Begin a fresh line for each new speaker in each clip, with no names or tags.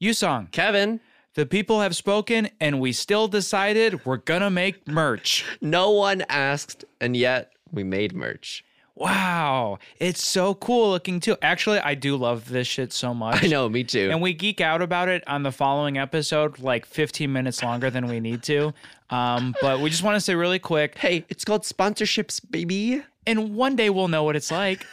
Yusong,
Kevin,
the people have spoken and we still decided we're gonna make merch.
no one asked, and yet we made merch.
Wow. It's so cool looking too. Actually, I do love this shit so much.
I know, me too.
And we geek out about it on the following episode, like 15 minutes longer than we need to. Um, but we just want to say really quick,
hey, it's called sponsorships, baby.
and one day we'll know what it's like.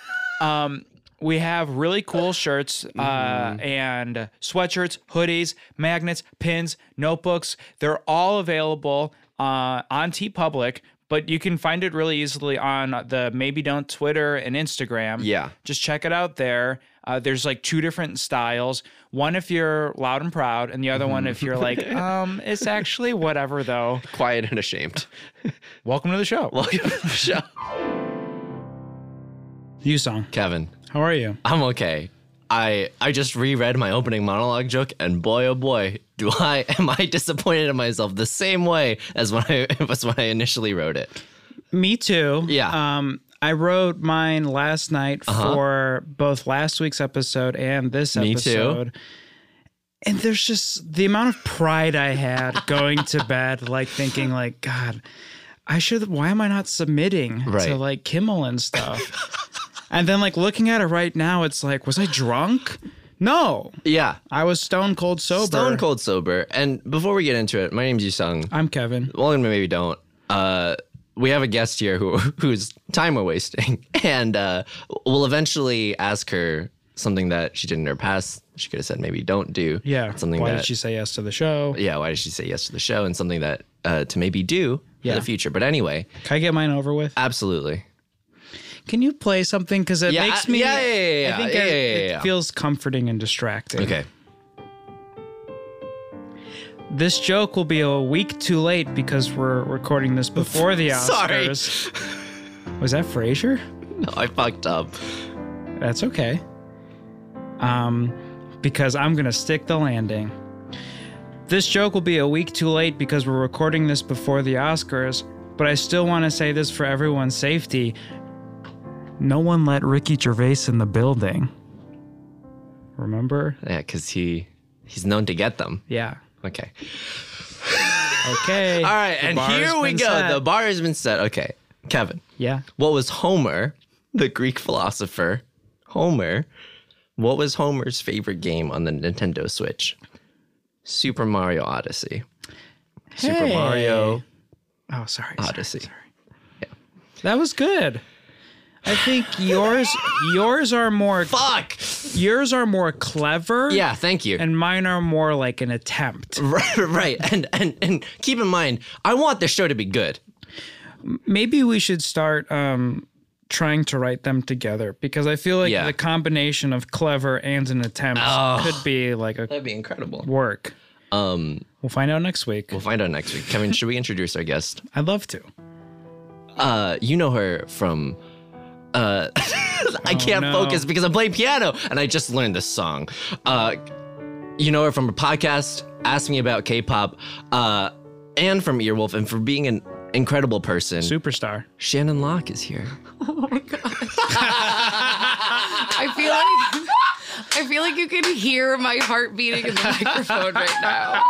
Um, we have really cool shirts uh, and sweatshirts, hoodies, magnets, pins, notebooks. They're all available uh, on T Public, but you can find it really easily on the Maybe Don't Twitter and Instagram.
Yeah.
Just check it out there. Uh, there's like two different styles. One if you're loud and proud, and the other one if you're like, um, it's actually whatever though.
Quiet and ashamed.
Welcome to the show.
Welcome to the show.
You song.
Kevin,
How are you?
I'm okay. I I just reread my opening monologue joke, and boy oh boy, do I am I disappointed in myself the same way as when I was when I initially wrote it.
Me too.
Yeah. Uh-huh.
Um, I wrote mine last night for both last week's episode and this
Me too.
episode. And there's just the amount of pride I had going to bed, like thinking, like God, I should. Why am I not submitting
Right.
to like Kimmel and stuff? and then like looking at it right now, it's like, was I drunk? No,
Yeah.
I was stone cold sober.
Stone cold sober. And before we get into it, my name's Yusung.
I'm Kevin.
well, maybe don't. Uh, we have a guest here who whose time we're wasting, and uh, we'll eventually ask her something that she did in her past. She could have said maybe don't do.
Yeah.
Something
why
that
did she say yes to the show?
yeah. Why did she say yes to the show and something that uh, to maybe do in
Yeah.
the future? But anyway,
Can I get mine over with?
absolutely.
Can you play something? Because it
Yeah,
makes
I-
me.
yeah, yeah, yeah, yeah,
I think
yeah,
it,
yeah,
it
yeah.
feels comforting and distracting.
Okay.
This joke will be a week too late because we're recording this before the
Sorry.
Oscars. Was that Frasier?
No, I fucked up.
That's okay. Um, because I'm gonna stick the landing. This joke will be a week too late because we're recording this before the Oscars, but I still want to say this for everyone's safety. No one let Ricky Gervais in the building. Remember?
Yeah, because he he's known to get them.
Yeah.
Okay.
Okay.
All right, and here we go. The bar has been set. Okay, Kevin.
yeah.
What was Homer, the Greek philosopher, Homer, what was Homer's favorite game on the Nintendo Switch? Super Mario Odyssey. Super
Hey.
Mario
Oh, sorry. sorry.
Odyssey.
That was good. I think yours yours are more
Fuck!
yours are more clever.
Yeah, thank you.
And mine are more like an attempt.
right, right. And, and and keep in mind, I want the show to be good.
Maybe we should start um trying to write them together because I feel like
Yeah.
the combination of clever and an attempt could be like a
That'd be incredible.
work. Um we'll find out next week.
We'll find out next week. Kevin, should we introduce our guest?
I'd love to.
Uh, you know her from. Uh, I can't
Oh, no.
focus because I'm playing piano and I just learned this song. Uh, you know her from her podcast, Ask Me About K pop, uh, and from Earwolf, and for being an incredible person.
Superstar.
Shannon Locke is here.
I feel like I feel like you can hear my heart beating in the microphone right now.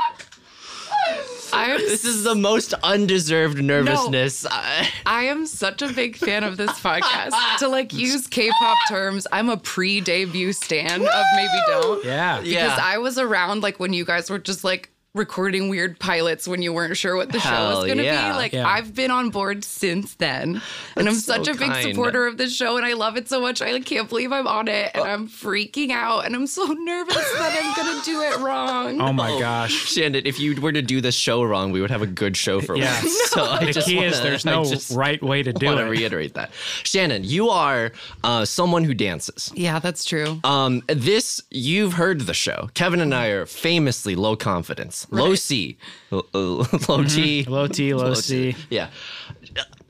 I am,
This is the most undeserved nervousness. Uh, I-
I am such a big fan of this podcast. To like use K-pop terms, I'm a pre-debut stan of maybe don't.
Yeah.
Yeah.
Because I was around like when you guys were just like recording weird pilots when you weren't sure what the show
Hell
was going to
yeah.
be. Like
Yeah.
I've been on board since then, and I'm
That's
such
so
a big
kind.
supporter of this show, and I love it so much. I like, can't believe I'm on it, and
Uh.
I'm freaking out, and I'm so nervous that I'm going to do it wrong.
Oh my gosh.
Shannon, if you were to do this show wrong, we would have a good show for
Yeah.
once. So I
the
just
key is
wanna-
there's
I
no
just
right way to do
want to
it.
reiterate that. Shannon, you are uh, someone who dances.
yeah, that's true.
Um, this you've heard the show. Kevin and I are famously low confidence, low C, L- l- low T,
low T, low C.
Yeah.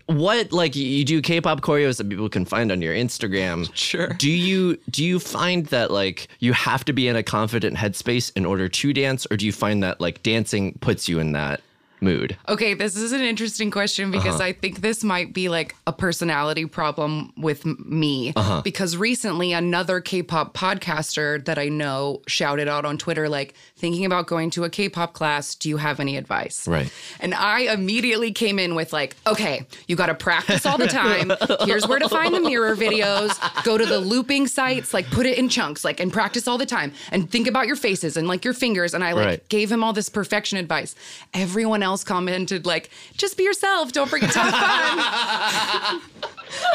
What like you- you do K-pop choreos that people can find on your Instagram?
Sure.
Do you do you find that like you have to be in a confident headspace in order to dance, or do you find that like dancing puts you in that mood.
Okay, this is an interesting question because I think this might be like a personality problem with m- me. Because recently, another K pop podcaster that I know shouted out on Twitter, like, thinking about going to a K pop class, do you have any advice?
Right.
And I immediately came in with, like, okay, you got to practice all the time. Here's where to find the mirror videos. Go to the looping sites, like, put it in chunks, like, and practice all the time. And think about your faces and, like, your fingers. And I, like,
Right.
gave him all this perfection advice. Everyone else commented like, "Just be yourself. Don't forget to have fun."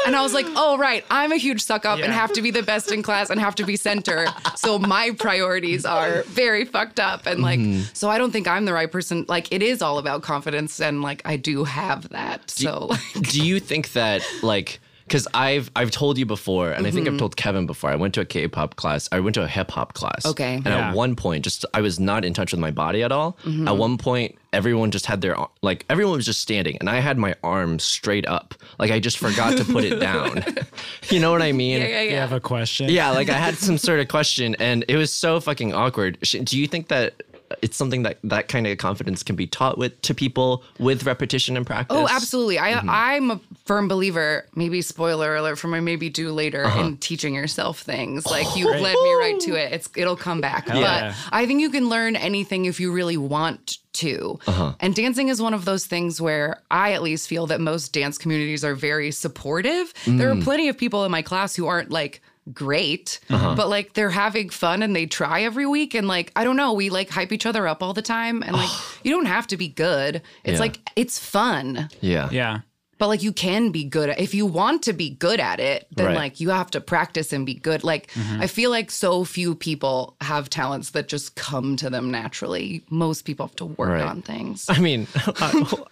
and I was like, "Oh right, I'm a huge suck up and
Yeah.
have to be the best in class and have to be center. so my priorities are very fucked up and like,
Mm-hmm.
so I don't think I'm the right person. Like, it is all about confidence and like I do have that. So like,
do you think that like because I've I've told you before, and I think I've
Mm-hmm.
told Kevin before. I went to a K-pop class. I went to a hip-hop class.
Okay.
And
Yeah.
at one point, just I was not in touch with my body at all.
Mm-hmm.
At one point, everyone just had their ar- like everyone was just standing, and I had my arm straight up. Like I just forgot to put it down. You know what I mean?
yeah, yeah,
You
yeah.
have a question.
Yeah, like I had some sort of question, and it was so fucking awkward. Sh- Do you think that it's something that that kind of confidence can be taught with to people with repetition and practice?
Oh, absolutely. I I'm a firm believer, maybe spoiler alert for my maybe do later in teaching yourself things. Like you led me right to it. It's it'll come back.
yeah.
But I think you can learn anything if you really want to. And dancing is one of those things where I at least feel that most dance communities are very supportive. There are plenty of people in my class who aren't like great but like they're having fun and they try every week and like i don't know we like hype each other up all the time and like you don't have to be good it's
Yeah.
like it's fun
Yeah.
Yeah.
but like you can be good if you want to be good at it, then
Right. Mm-hmm.
like you have to practice and be good. Like I feel like so few people have talents that just come to them naturally. Most people have to work
Right.
on things.
I mean, I,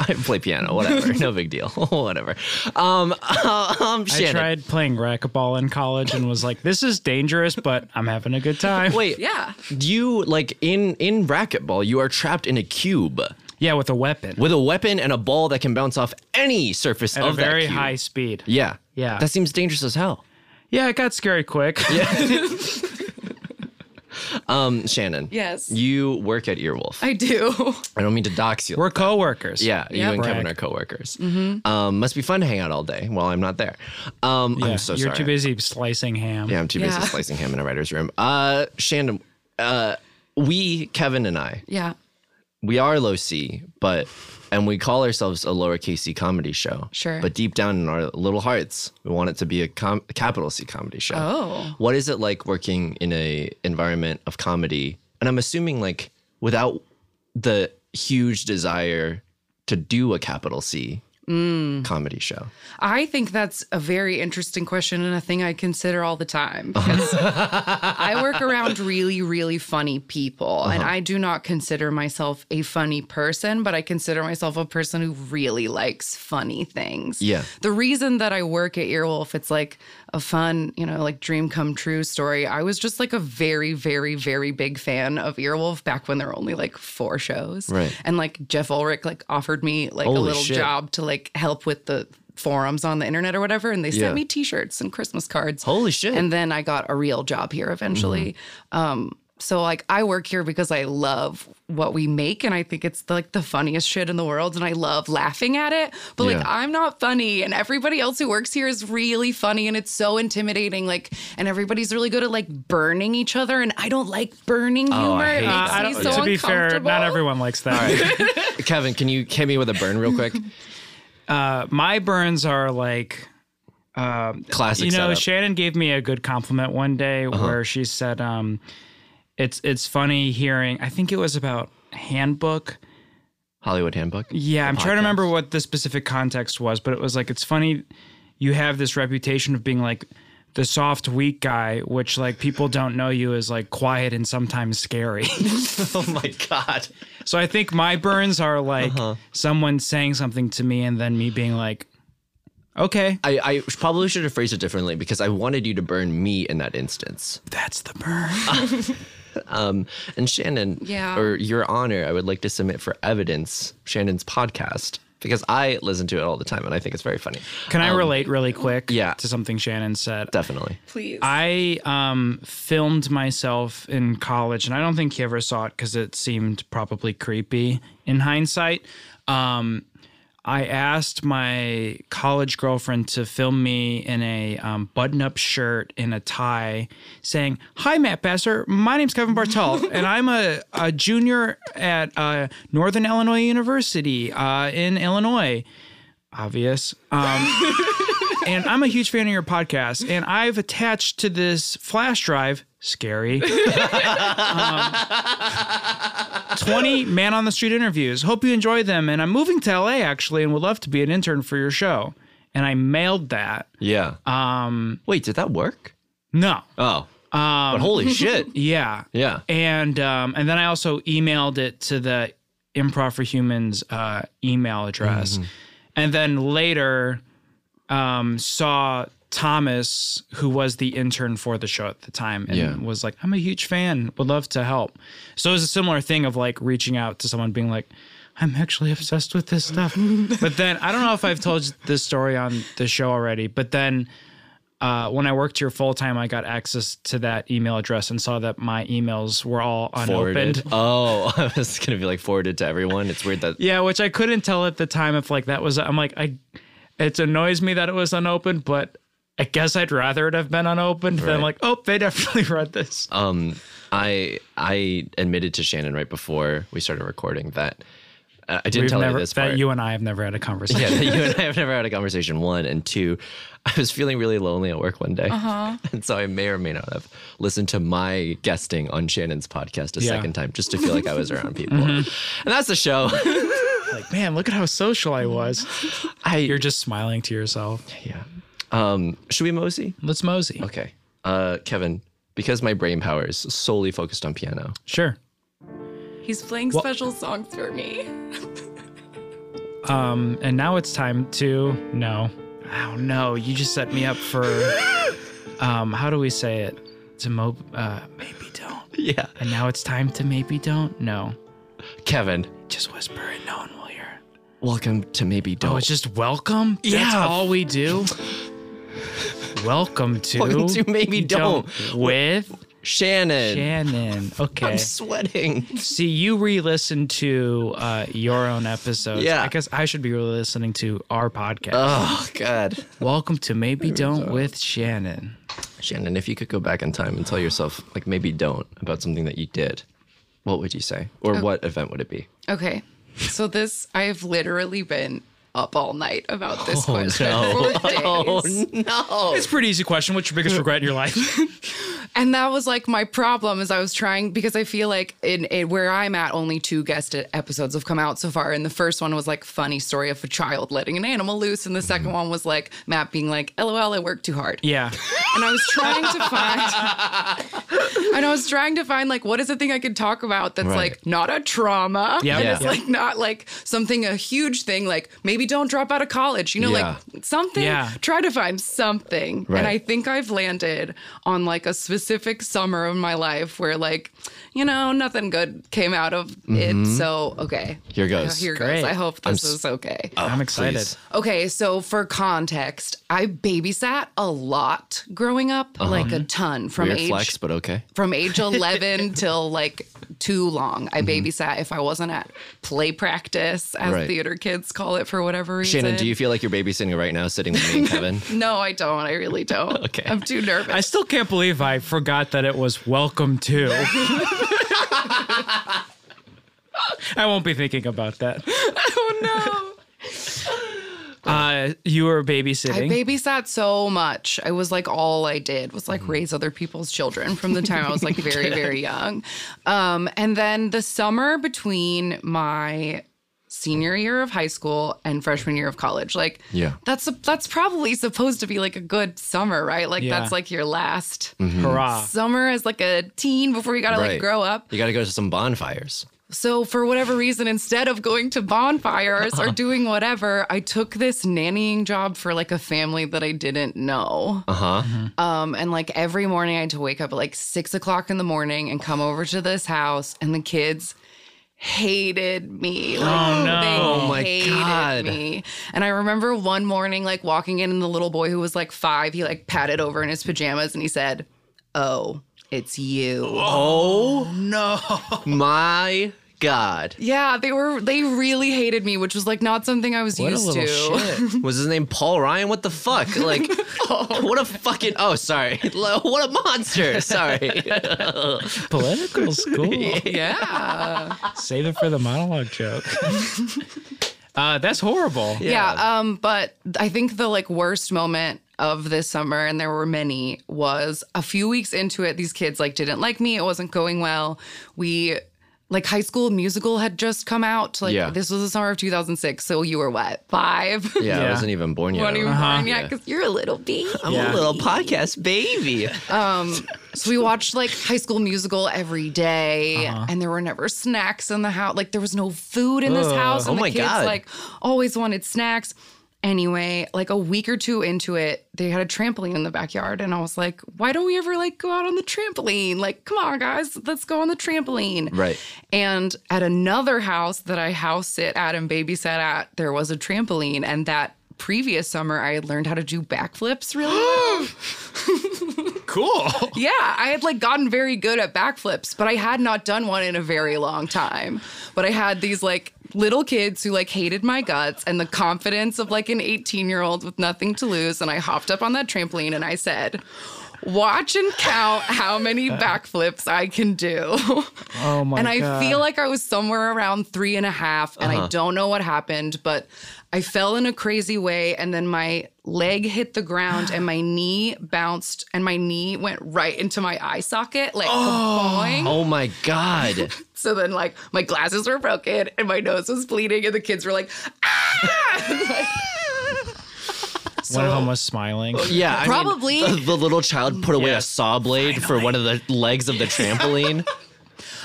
I play piano, whatever, no big deal, whatever. Um,
I
um, Shannon,
tried playing racquetball in college and was like, this is dangerous, but I'm having a good time.
wait,
Yeah.
you like in in racquetball, you are trapped in a cube
Yeah, with a weapon.
with a weapon and a ball that can bounce off any surface
at
of
a very
that cube.
high speed.
Yeah,
Yeah.
that seems dangerous as hell.
Yeah, it got scary quick.
Um, Shannon,
Yes.
you work at Earwolf.
I do.
I don't mean to dox you.
We're coworkers.
yeah,
Yeah. Mm-hmm.
you and Kevin
Brag.
are coworkers. Um, must be fun to hang out all day while I'm not there. Um,
Yeah,
I'm so
You're
sorry.
too busy slicing ham.
Yeah, I'm too busy
Yeah.
slicing ham in a writer's room. Uh, Shannon, uh, we, Kevin and I,
Yeah.
we are low C, but and we call ourselves a lowercase C comedy show.
Sure.
But deep down in our little hearts, we want it to be a, com- a capital C comedy show.
Oh.
What is it like working in a environment of comedy? And I'm assuming like without the huge desire to do a capital C
Mm.
comedy show.
I think that's a very interesting question and a thing I consider all the time because I work around really, really funny people.
Uh-huh.
And I do not consider myself a funny person, but I consider myself a person who really likes funny things.
Yeah.
The reason that I work at Earwolf, it's like a fun, you know, like dream come true story. I was just like a very, very, very big fan of Earwolf back when there were only like four shows.
Right.
And like Jeff Ulrich like offered me like a
Holy
little
shit.
job to like help with the forums on the internet or whatever. And they
Yeah.
sent me t-shirts and Christmas cards.
Holy shit. Mm-hmm.
And then I got a real job here eventually. Um, so like I work here because I love what we make and I think it's like the funniest shit in the world and I love laughing at it. But like
Yeah.
I'm not funny and everybody else who works here is really funny and it's so intimidating like and everybody's really good at like burning each other and I don't like burning humor.
Oh, hate
it
that.
makes
Uh, I
me
don't,
so
to be fair,
uncomfortable.
not everyone likes that.
Kevin, can you hit me with a burn real quick?
Uh, My burns are like
Classic
you know
setup. Uh-huh.
shannon gave me a good compliment one day where she said um it's it's funny hearing i think it was about handbook
Hollywood Handbook.
yeah i'm trying
podcast.
to remember what the specific context was but it was like it's funny you have this reputation of being like the soft weak guy which like people don't know you as like quiet and sometimes scary
Oh my god.
so i think my burns are like someone saying something to me and then me being like okay
I, I probably should have phrased it differently because I wanted you to burn me in that instance.
that's the burn
And Shannon,
Yeah.
or your honor, I would like to submit for evidence Shannon's podcast, because I listen to it all the time and I think it's very funny.
Can I relate really quick
yeah.
to something Shannon said?
Definitely.
Please.
I um, filmed myself in college, and I don't think he ever saw it because it seemed probably creepy in hindsight. Um, I asked my college girlfriend to film me in a um, button up shirt and a tie saying, Hi, Matt Besser. My name's Kevin Bartel, and I'm a, a junior at uh, Northern Illinois University uh, in Illinois. Obvious. Um, and I'm a huge fan of your podcast. And I've attached to this flash drive, scary, um, 20 man on the street interviews. Hope you enjoy them. And I'm moving to LA actually and would love to be an intern for your show. And I mailed that.
Yeah. Um. Wait, did that work?
No.
Oh. but holy shit.
Yeah.
Yeah.
And um, and then I also emailed it to the Improv for Humans uh, email address, and then later um, saw Thomas, who was the intern for the show at the time, and
Yeah.
was like, "I'm a huge fan. Would love to help." So it was a similar thing of like reaching out to someone, being like. I'm actually obsessed with this stuff. but then I don't know if I've told this story on the show already, but then uh, when I worked here full time, I got access to that email address and saw that my emails were all unopened.
Forwarded. Oh, I was gonna be like forwarded to everyone. It's weird that.
Yeah, which I couldn't tell at the time if like that was. I'm like, I. It annoys me that it was unopened, but I guess I'd rather it have been unopened than
Right.
like, oh, they definitely read this.
Um, I I admitted to Shannon right before we started recording that uh, I didn't
We've
tell
never
her this
that
part.
you and I have never had a conversation.
yeah, that you and I have never had a conversation. One and two, I was feeling really lonely at work one day, and so I may or may not have listened to my guesting on Shannon's podcast a
Yeah. Mm-hmm.
second time just to feel like I was around people. And that's the show.
Like, man, look at how social I was.
I
You're just smiling to yourself.
yeah. Um, should we mosey?
Let's mosey.
Okay, uh, Kevin, because my brain power is solely focused on piano.
Sure.
He's playing special songs for me.
Um, and now it's time to no. Oh no, you just set me up for um how do we say it? To mo uh maybe don't.
Yeah,
And now it's time to maybe don't? No.
Kevin,
Just whisper and no one will hear.
welcome to maybe don't.
Oh, it's just welcome? That's
Yeah.
all we do. welcome to,
Welcome to Maybe
with
Shannon.
Shannon. Okay.
I'm sweating.
See, you re-listened to uh, your own episodes.
Yeah.
I guess I should be re-listening to our podcast.
Oh God,
Welcome to Maybe Don't with Shannon.
Shannon, if you could go back in time and tell yourself, like maybe don't about something that you did, what would you say, or what event would it be?
Okay. So this, I have literally been up all night about this question for days.
It's a pretty easy question. What's your biggest regret in your life?
And that was like my problem is I was trying because I feel like in, in where I'm at, only two guest e, episodes have come out so far. And the first one was like funny story of a child letting an animal loose, and the second one was like Matt being like, "LOL, I worked too hard."
yeah.
and I was trying to find and I was trying to find like what is the thing I could talk about that's
Right.
like not a trauma.
Yeah.
And
Yeah.
it's like not like something a huge thing, like maybe don't drop out of college. You know,
Yeah.
like something.
Yeah.
Try to find something.
Right.
And I think I've landed on like a specific summer of my life where like, you know, nothing good came out of it. So okay.
Mm-hmm. Here goes.
Here
Great.
goes. I hope
I'm
this
s-
is okay.
I'm excited.
please.
Okay, so for context, I babysat a lot growing up, like a ton from
Uh-huh. Weird
age
flex, but okay.
from age 11 till like too long. I babysat if I wasn't at play practice, as
Mm-hmm. Right.
theater kids call it for whatever reason.
Shannon, do you feel like you're babysitting right now, sitting with me and Kevin?
No, I don't. I really don't.
Okay.
I'm too
I
nervous.
still can't believe I forgot that it was welcome to. I won't be thinking about that.
oh no.
Uh, you were
I
babysitting.
babysat so much. I was like, all I did was
Mm-hmm.
like raise other people's children from the time I was like very, very young. Um, and then the summer between my senior year of high school and freshman year of college, like,
Yeah.
that's a, that's probably supposed to be like a good summer, right? Like,
Yeah.
that's like your last
Hurrah.
summer as like a teen before you gotta
Mm-hmm. Right.
like grow up.
You got to go to some bonfires.
So, for whatever reason, instead of going to bonfires
Uh-huh.
or doing whatever, I took this nannying job for like a family that I didn't know.
Uh
Uh-huh.
huh.
Um, and like every morning, I had to wake up at like six o'clock in the morning and come over to this house, and the kids hated me. Like,
Oh, no.
They
Oh,
my
hated
God.
Me. And I remember one morning, like walking in, and the little boy who was like five, he like patted over in his pajamas, and he said, "Oh, it's you."
Oh
No.
my god.
Yeah, they were. They really hated me, which was like not something I was
What a
used
little
to.
shit.
Was his name Paul Ryan? What the fuck? Like, what a fucking. Oh, sorry. What a monster. Sorry.
Political school.
Yeah.
Save it for the monologue joke. uh, that's horrible.
yeah. Um, but I think the like worst moment of this summer, and there were many, was a few weeks into it, these kids like didn't like me. It wasn't going well. We like high school musical had just come out. Like
Yeah.
this was the summer of 2006. So you were what, five?
Yeah, I
Yeah. Uh-huh.
wasn't even born yet.
Weren't even
I'm
born yet, 'cause you're a little bee.
a little podcast baby.
So we watched like High School Musical every day,
Uh-huh.
and there were never snacks in the house. Like there was no food in this house, and
Oh
the
my
kids
God.
like always wanted snacks. Anyway, like a week or two into it, they had a trampoline in the backyard, and I was like, "Why don't we ever like go out on the trampoline? Like, come on, guys, let's go on the trampoline."
Right.
And at another house that I house sit at and babysat at, there was a trampoline, and that previous summer I had learned how to do backflips really
Oh
well.
Cool.
Yeah, I had like gotten very good at backflips, but I had not done one in a very long time. But I had these like little kids who like hated my guts and the confidence of like an 18 year old with nothing to lose. And I hopped up on that trampoline and I said, Watch and count how many backflips I can do.
Oh my
and I
God. Uh-huh.
feel like I was somewhere around three and a half, and I don't know what happened, but I fell in a crazy way, and then my leg hit the ground, and my knee bounced, and my knee went right into my eye socket, like boing.
Oh my god.
So then, like, my glasses were broken, and my nose was bleeding, and the kids were like, ah! And, like,
One of them was smiling.
Yeah, I mean,
Probably.
the, the little child put away
Yeah.
a saw blade for one of the legs of the trampoline.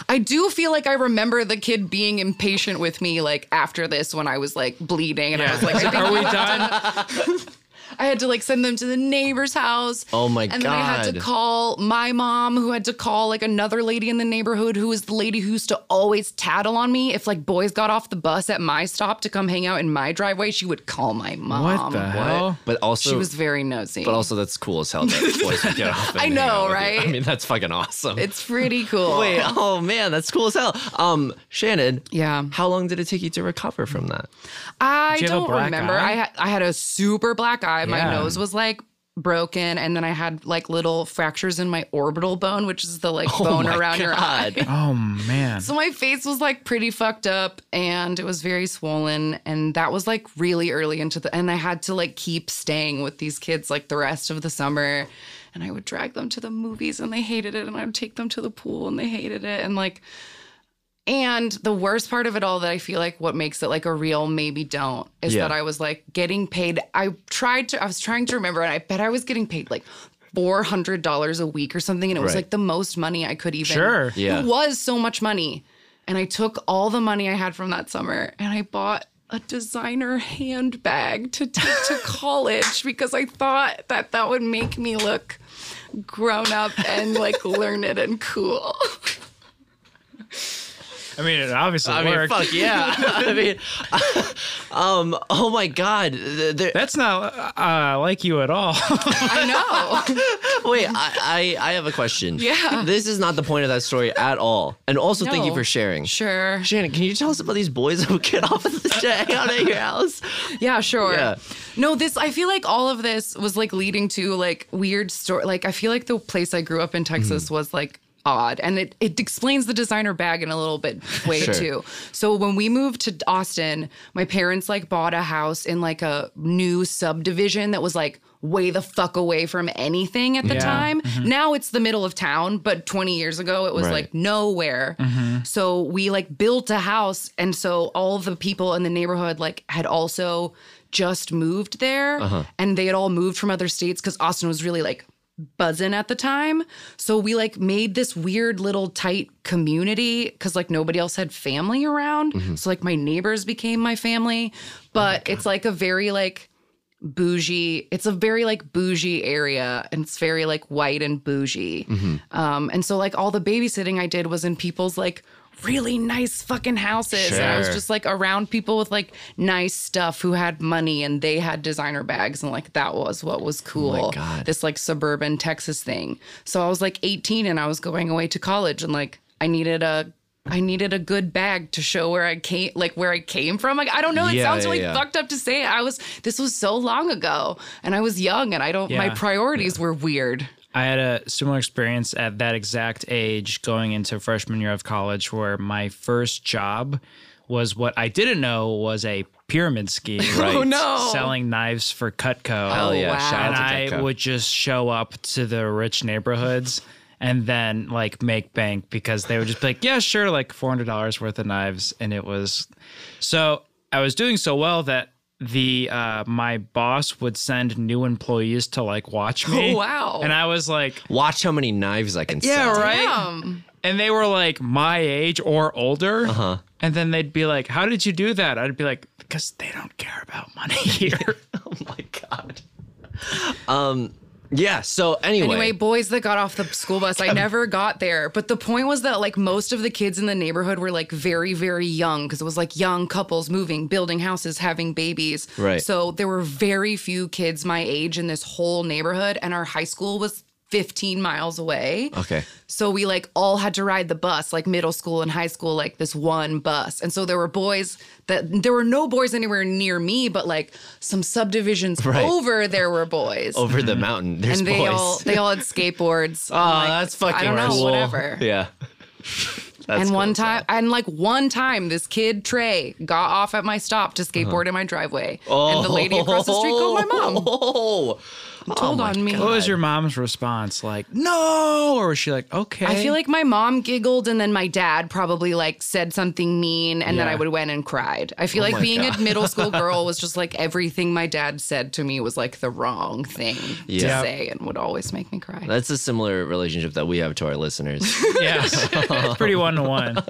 I do feel like I remember the kid being impatient with me, like after this when I was like bleeding, and I was like, I think
Are we done?
I had to like send them to the neighbor's house.
Oh, my
And then I had to
God.
call my mom, who had to call like another lady in the neighborhood, who was the lady who used to always tattle on me if like boys got off the bus at my stop to come hang out in my driveway. She would call my mom.
What the
What?
hell?
But also,
She was very nosy.
but also, that's cool as hell. That boys would get off. and
I
hang
know,
out with you.
right?
I mean, that's fucking awesome.
it's pretty cool.
Wait, oh man, that's cool as hell. Um, Shannon.
Yeah.
How long did it take you to recover from that?
I
you have a
don't
black
remember.
eye?
I had I had a super black eye. My
Yeah.
nose was like broken, and then I had like little fractures in my orbital bone, which is the like bone
Oh my
around your eye.
God.
Oh man.
So my face was like pretty fucked up and it was very swollen. And that was like really early into the, and I had to like keep staying with these kids like the rest of the summer. And I would drag them to the movies and they hated it. And I would take them to the pool and they hated it. And like, and the worst part of it all that I feel like what makes it like a real maybe don't is
Yeah.
that I was like getting paid. I tried to, I was trying to remember, and I bet I was getting paid like $400 a week or something. And it was
Right.
like the most money I could even.
Sure.
Yeah.
It was so much money. And I took all the money I had from that summer and I bought a designer handbag to take to college because I thought that that would make me look grown up and like learned and cool.
I mean, it obviously
I mean,
worked.
fuck yeah. I mean, um, oh my god. Th- there-
That's not uh, like you at all.
I know.
Wait, I, I, I have a question.
Yeah.
This is not the point of that story at all. And also, thank you
No.
for sharing.
Sure.
Shannon, can you tell us about these boys who get off of the jet out at your house?
Yeah, sure.
Yeah.
No, this I feel like all of this was like leading to like weird story. Like I feel like the place I grew up in Texas
Mm-hmm.
was like odd, and it it explains the designer bag in a little bit way
Sure.
too. So when we moved to Austin, my parents like bought a house in like a new subdivision that was like way the fuck away from anything at the
Yeah.
time. Now it's the middle of town, but 20 years ago it was
Right.
like nowhere. So we like built a house. And so all the people in the neighborhood like had also just moved there and they had all moved from other states because Austin was really like buzzing at the time. So we like made this weird little tight community because like nobody else had family around. So like my neighbors became my family. But it's like a very like bougie. It's a very like bougie area and it's very like white and bougie. Um, and so like all the babysitting I did was in people's like really nice fucking houses. And I was
Sure.
just like around people with like nice stuff who had money and they had designer bags and like that was what was cool.
Oh God.
This like suburban Texas thing. So I was like 18 and I was going away to college and like I needed a I needed a good bag to show where I came like where I came from. Like I don't know, it
Yeah,
sounds
yeah,
really
yeah.
fucked up to say. I was this was so long ago and I was young and I don't my
Yeah.
priorities were weird.
I had a similar experience at that exact age going into freshman year of college where my first job was what I didn't know was a pyramid scheme.
Right. Oh,
no.
Selling knives for Cutco.
Hell yeah!
wow.
Shout
and
out to
I
Ditko.
would just show up to the rich neighborhoods and then like make bank because they would just be like, yeah, sure, like four hundred dollars worth of knives, and it was so I was doing so well that the uh my boss would send new employees to like watch me.
Oh, wow.
And I was like,
Watch how many knives I can
yeah,
sell.
right.
Um
And they were like my age or older. Uh-huh. And then they'd be like, how did you do that? I'd be like, because they don't care about money here.
Oh my god. Um. Yeah. So anyway.
Anyway, boys that got off the school bus, I never got there. But the point was that like most of the kids in the neighborhood were like very, very young because it was like young couples moving, building houses, having babies.
Right.
So there were very few kids my age in this whole neighborhood, and our high school was 15 miles away.
okay.
So we like all had to ride the bus, like middle school and high school, like this one bus. And so there were boys that there were no boys anywhere near me, but like some subdivisions
Right.
over there were boys
Over
Mm-hmm.
the mountain. There's
and they
boys.
all they all had skateboards.
oh,
I'm like,
that's fucking
I don't know,
cool.
whatever.
Yeah. That's
and
cool.
one time, and like one time, this kid Trey got off at my stop to skateboard in my driveway, and the lady across the street called my mom.
Uh-huh. Oh.
Told on me.
What was your mom's response? Like, no, or was she like, okay?
I feel like my mom giggled, and then my dad probably like said something mean, and then
Yeah.
I would went and cried. I
Oh
feel like being a middle school girl was just like everything my dad said to me was like the wrong thing
Yeah.
to say, and would always make me cry.
That's a similar relationship that we have to our listeners.
yes, it's pretty one to one.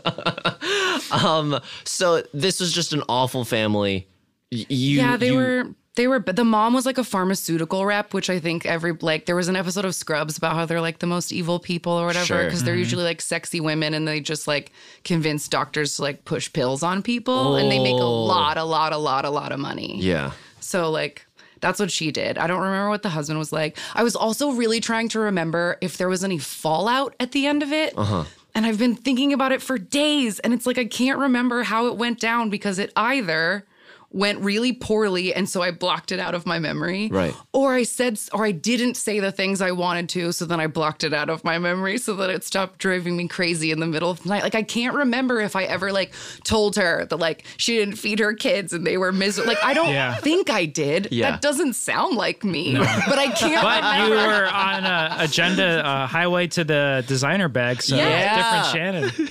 so this was just an awful family. Y- you,
yeah they
you-
were they were but the mom was like a pharmaceutical rep which i think every like there was an episode of scrubs about how they're like the most evil people or whatever
Sure. Mm-hmm.
because they're usually like sexy women and they just like convince doctors to like push pills on people and they make a
Oh.
lot a lot a lot a lot of money
Yeah.
so like that's what she did. I don't remember what the husband was like. I was also really trying to remember if there was any fallout at the end of it. And I've been thinking about it for days and it's like I can't remember how it went down because it either went really poorly and so I blocked it out of my memory.
Right.
Or I said or I didn't say the things I wanted to, so then I blocked it out of my memory so that it stopped driving me crazy in the middle of the night. Like I can't remember if I ever like told her that like she didn't feed her kids and they were miserable. Like I don't
Yeah.
think I did.
Yeah.
That doesn't sound like me, but I can't
But you
remember.
were on a agenda uh, highway to the designer bag, so
Yeah.
different Shannon.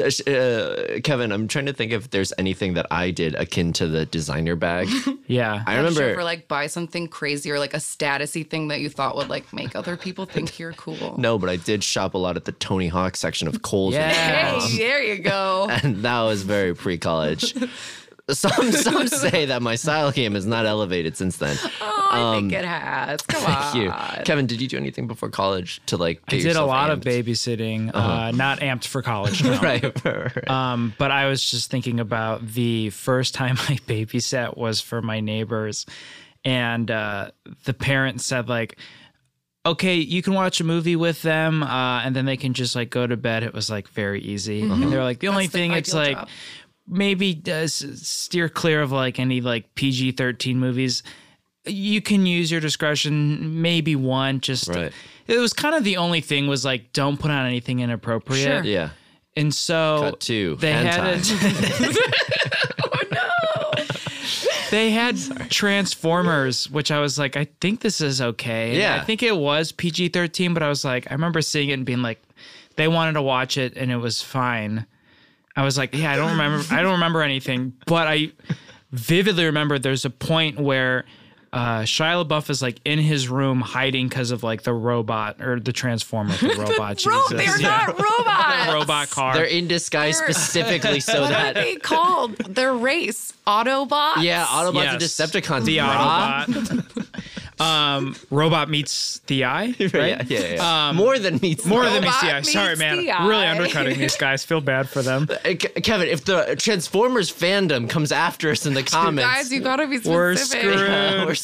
Uh, Kevin, I'm trying to think if there's anything that I did akin to the designer bag.
Yeah,
I
Did you
remember.
ever like buy something crazy or like a statusy thing that you thought would like make other people think you're cool?
no, but I did shop a lot at the Tony Hawk section of Kohl's. when I was
Yeah.
Hey, there you go.
and that was very pre-college. some some say that my style game has not elevated since then.
Oh, I
Um,
think it has. Come on.
Thank you,
Ah.
Kevin. Did you do anything before college to like? Get
I did a
yourself
lot of
amped?
babysitting, uh
Uh-huh.
not amped for college. no.
Right, right, right.
Um, but I was just thinking about the first time I babysat was for my neighbors, and uh, the parents said like, "Okay, you can watch a movie with them, uh, and then they can just like go to bed." It was like very easy, and they're like, "The only
Mm-hmm. That's
thing it's
the ideal
like."
job.
Maybe uh, s- steer clear of like any like PG thirteen movies. You can use your discretion. Maybe one. Just
Right.
it was kind of the only thing was like don't put on anything inappropriate.
Sure.
yeah.
And so
Cut to
they had Oh,
hentai.
they had Transformers, which I was like, I think this is okay. And
Yeah.
I think it was PG thirteen, but I was like, I remember seeing it and being like, they wanted to watch it and it was fine. I was like, yeah, I don't remember. I don't remember anything, but I vividly remember there's a point where. Uh, Shia LaBeouf is like in his room hiding because of like the robot or the transformer, the robot.
Bro,
Jesus.
they're
Yeah.
not robots.
robot car.
They're in disguise
They're-
specifically so
What are
that
they called? Their race, Autobots.
yeah, Autobots
Yes.
and Decepticons.
The
brah.
Autobot. Um, robot meets the eye, right?
Yeah, yeah, yeah.
Um,
More than meets
More
the
than meets the eye.
Robot
Sorry,
meets
man.
the
Really
eye.
undercutting these guys. Feel bad for them.
Uh, Ke- Kevin, if the Transformers fandom comes after us in the comments,
Guys, you gotta be specific.
We're screwed.
uh, we're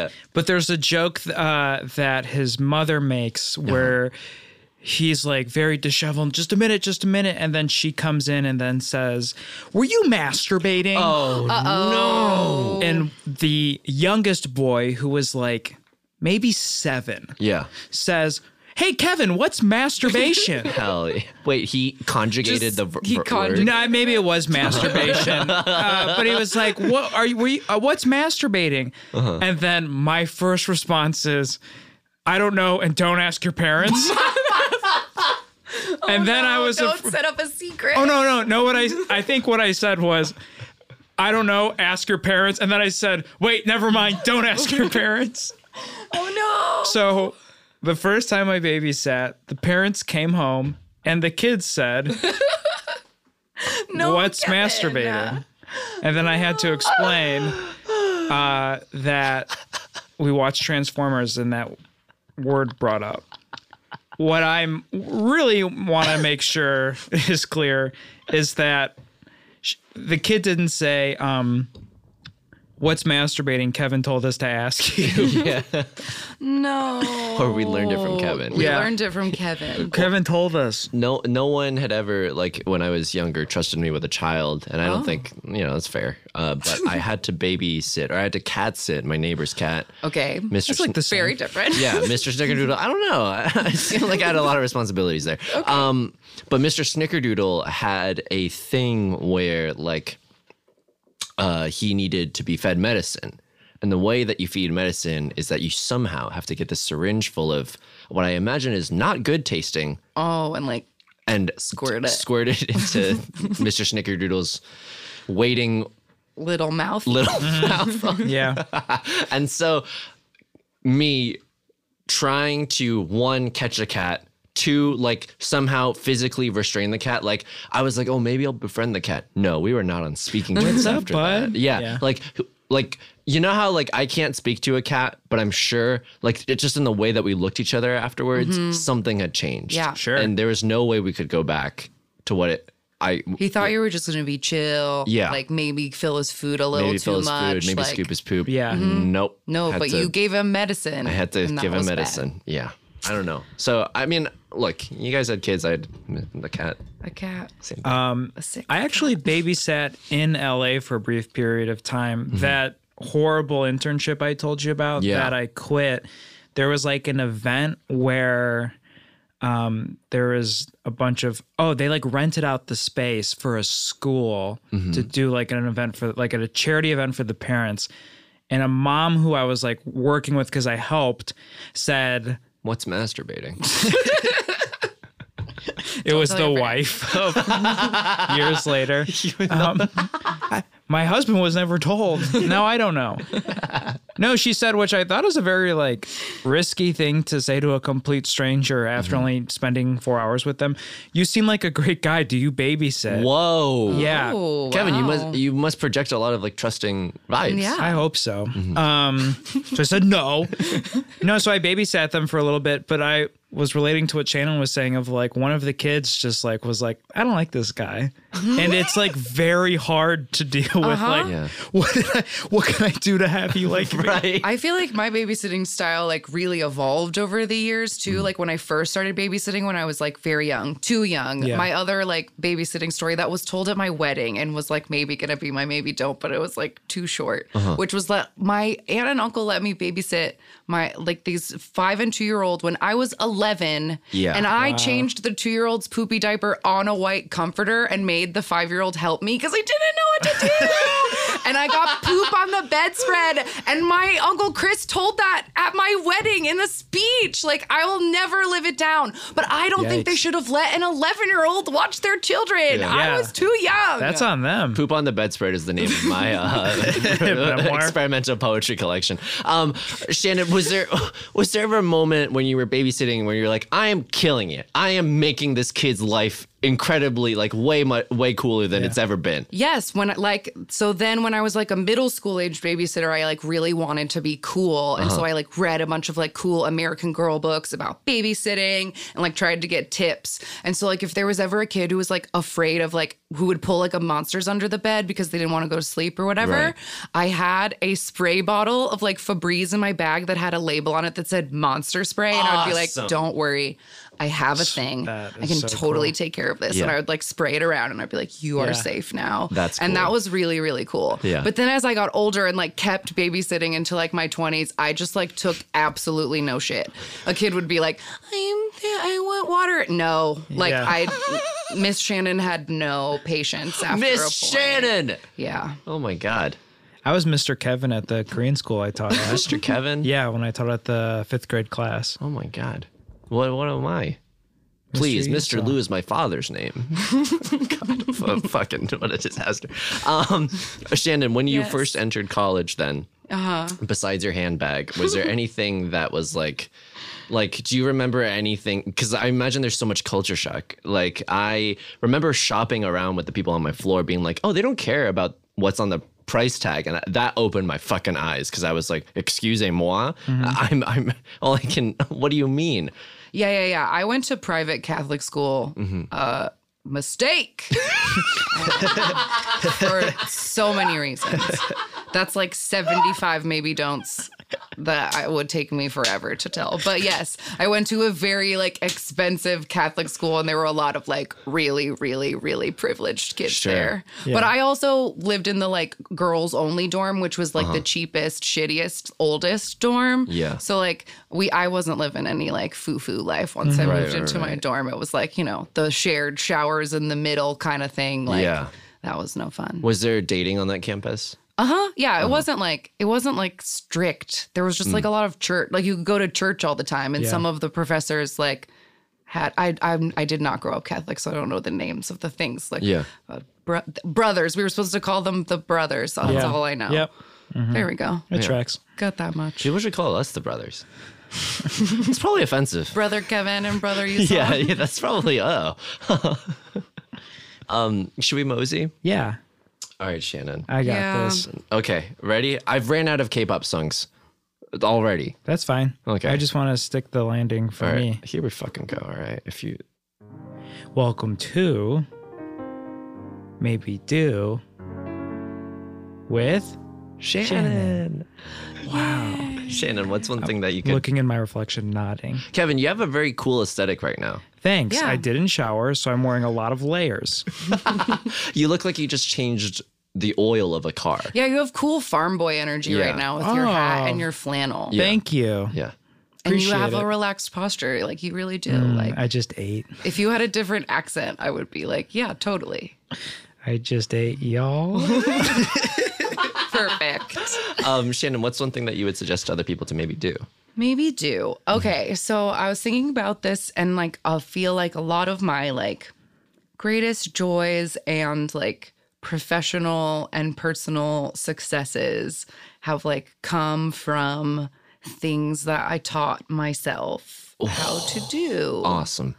screwed.
But there's a joke uh, that his mother makes
Uh-huh.
where he's like very disheveled, just a minute, just a minute. And then she comes in and then says, Were you masturbating?
Oh no!
And the youngest boy, who was like maybe seven,
Yeah,
says, Hey, Kevin, what's masturbation?
hell. yeah. Wait, he conjugated
Just-
the ver-
he
ver-
conj-
word.
No, maybe it was masturbation. uh, but he was like, "What are you? Were you uh, what's masturbating?"
Uh-huh.
And then my first response is, "I don't know," and don't ask your parents. and then
Oh,
I was,
Don't
af-
set up a secret.
"Oh no, no, no!" What I I think what I said was. I don't know. Ask your parents, and then I said, "Wait, never mind. Don't ask your parents."
Oh
So, the first time I babysat, the parents came home, and the kids said,
no.
Oh,
No,
what's
Kevin.
masturbating? And then I had to explain uh, that we watched Transformers and that word brought up. What I am really want to make sure is clear is that sh- the kid didn't say, um, What's masturbating? Kevin told us to ask you.
No.
or we learned it from Kevin.
We
Yeah.
learned it from Kevin.
Kevin told us.
No, no one had ever like when I was younger trusted me with a child, and I
Oh.
don't think you know that's fair. Uh, but I had to babysit or I had to cat sit my neighbor's cat,
Okay.
Mr. Sn-
Very different.
yeah, Mr. Snickerdoodle. I don't know. I feel like I had a lot of responsibilities there. Um, but Mr. Snickerdoodle had a thing where like uh, he needed to be fed medicine. And the way that you feed medicine is that you somehow have to get this syringe full of what I imagine is not good tasting
Oh, and like
and
Squirt it.
squirt it into Mr. Snickerdoodle's waiting
little mouth.
little mouth
Yeah.
and so me trying to one catch a cat two like somehow physically restrain the cat like i was like oh maybe i'll befriend the cat no we were not on speaking terms
up,
after
bud?
that yeah,
Yeah.
like like you know how like i can't speak to a cat but i'm sure like it's just in the way that we looked each other afterwards something had changed
Yeah.
Mm-hmm. Sure.
and there was no way we could go back to what it i
He thought you were just gonna be chill.
Yeah.
Like maybe fill his food a little
maybe
too
fill his
much.
food maybe
like,
scoop his poop
Yeah.
nope
No,
Had
but
to-
you gave him medicine.
I had to
and that
give him
was bad.
medicine. Yeah. I don't know. So I mean, look, you guys had kids. I had the cat.
A cat.
Same.
A sick.
Um, I actually babysat in LA for a brief period of time. That horrible internship I told you about
Yeah.
that I quit. There was like an event where um, there was a bunch of oh they like rented out the space for a school to do like an event for like at a charity event for the parents. And a mom who I was like working with because I helped said
What's masturbating?
it was
tell
the
your friend.
wife of years later. Um, my husband was never told. Now I don't know. No, she said, which I thought was a very like risky thing to say to a complete stranger after only spending four hours with them. You seem like a great guy. Do you babysit?
Whoa.
Yeah,
Oh,
Kevin, you
wow.
must you must project a lot of like trusting vibes.
Yeah.
I hope so.
Mm-hmm.
Um, so I said no, no. So I babysat them for a little bit, but I was relating to what Shannon was saying of like one of the kids just like was like, I don't like this guy, and it's like very hard to deal with.
Uh-huh.
Like,
Yeah.
what did I, what can I do to have you like me?
Right.
I feel like my babysitting style like really evolved over the years too. Like when I first started babysitting when I was like very young, too young.
Yeah.
My other like babysitting story that was told at my wedding and was like maybe gonna be my maybe don't, but it was like too short. Which was that my aunt and uncle let me babysit my like these five and two year old when I was eleven.
Yeah.
And I changed the two year old's poopy diaper on a white comforter and made the five year old help me because I didn't know what to do. and I got poop on the bedspread. And my uncle Chris told that at my wedding in a speech. Like, I will never live it down. But I don't think they
Yikes.
should have let an 11 year old watch their children.
Yeah.
Yeah.
I was too young.
That's on them.
Poop on the bedspread is the name of my uh,
Memoir.
experimental poetry collection. Um, Shannon, was there was there ever a moment when you were babysitting where you're like, I am killing it. I am making this kid's life incredibly like way mu- way cooler than it's ever been.
Yes, when I- like so then when I was like a middle school age babysitter, I like really wanted to be cool. And
Uh-huh.
so I like read a bunch of like cool American girl books about babysitting and like tried to get tips. And so like if there was ever a kid who was like afraid of like who would pull like a monsters under the bed because they didn't want to go to sleep or whatever,
Right.
I had a spray bottle of like Febreze in my bag that had a label on it that said monster spray and I would be
Awesome.
like, "Don't worry, I have a thing. I
That
can
is so
totally
cool.
take care of this." And
Yeah.
I would like spray it around and I'd be like, "You are
Yeah.
safe now."
That's
and that
cool.
was really really cool.
Yeah.
But then as I got older and like kept babysitting into like my twenties, I just like took absolutely no shit. A kid would be like, "I'm th- I want water." No, like
Yeah.
I. Miss Shannon had no patience after a
Miss
point.
Shannon.
Yeah.
Oh my god.
I was Mr. Kevin at the Korean school I taught at.
Mr. Kevin?
yeah, when I taught at the fifth grade class.
Oh my god. What what am I? Please, Mr.
Esau.
Lou is my father's name. god, f- fucking what a disaster. Um, Shannon, when you
Yes.
first entered college, then besides your handbag, was there anything that was like, like, do you remember anything? Because I imagine there's so much culture shock. Like, I remember shopping around with the people on my floor, being like, oh, they don't care about what's on the price tag, and that opened my fucking eyes because I was like, excusez-moi, I'm, I'm, all I can. What do you mean?
Yeah, yeah, yeah. I went to private Catholic school. Uh, mistake for so many reasons. That's like 75 maybe don'ts that I would take me forever to tell. But yes, I went to a very like expensive Catholic school and there were a lot of like really, really, really privileged kids
Sure.
there. But I also lived in the like girls only dorm, which was like the cheapest, shittiest, oldest dorm.
Uh-huh. Yeah.
So like we I wasn't living any like foo-foo life once I moved
Mm-hmm. right,
into my
right.
dorm. It was like, you know, the shared showers in the middle kind of thing. Like
Yeah.
that was no fun.
Was there dating on that campus?
Uh-huh. Yeah. It wasn't like it wasn't like strict. There was just like a lot of church. Like you could go to church all the time. And
Mm. Yeah.
some of the professors like had I I'm, I did not grow up Catholic, so I don't know the names of the things. Like
Yeah.
uh, bro- brothers. We were supposed to call them the brothers. That's
Yeah.
all I know.
Yep. Mm-hmm.
There we go.
It tracks.
Got that much.
People should call us the brothers. it's probably offensive.
Brother Kevin and brother you
Yeah, yeah, that's probably oh. um, should we mosey?
Yeah,
All right, Shannon.
I got
Yeah.
this.
Okay, ready? I've ran out of K-pop songs already.
That's fine.
Okay.
I just want to stick the landing for
All right,
me.
here we fucking go. All right, if you
Welcome to Maybe Do with
Shannon. Wow, Shannon, what's one thing that you could?
looking in my reflection, nodding.
Kevin, you have a very cool aesthetic right now.
Thanks.
Yeah.
I didn't shower, so I'm wearing a lot of layers.
You look like you just changed the oil of a car.
Yeah, you have cool farm boy energy
Yeah.
right now with your hat
Oh.
and your flannel.
Thank you.
Yeah.
and you
appreciate
have a
it. Mm.
relaxed posture. Like you really do. like
I just ate.
if you had a different accent, I would be like, yeah, totally.
I just ate, y'all.
Perfect.
Um, Shannon, what's one thing that you would suggest to other people to maybe do?
Maybe do. Okay. So I was thinking about this and like I feel like a lot of my like greatest joys and like professional and personal successes have like come from things that I taught myself how to do.
Awesome.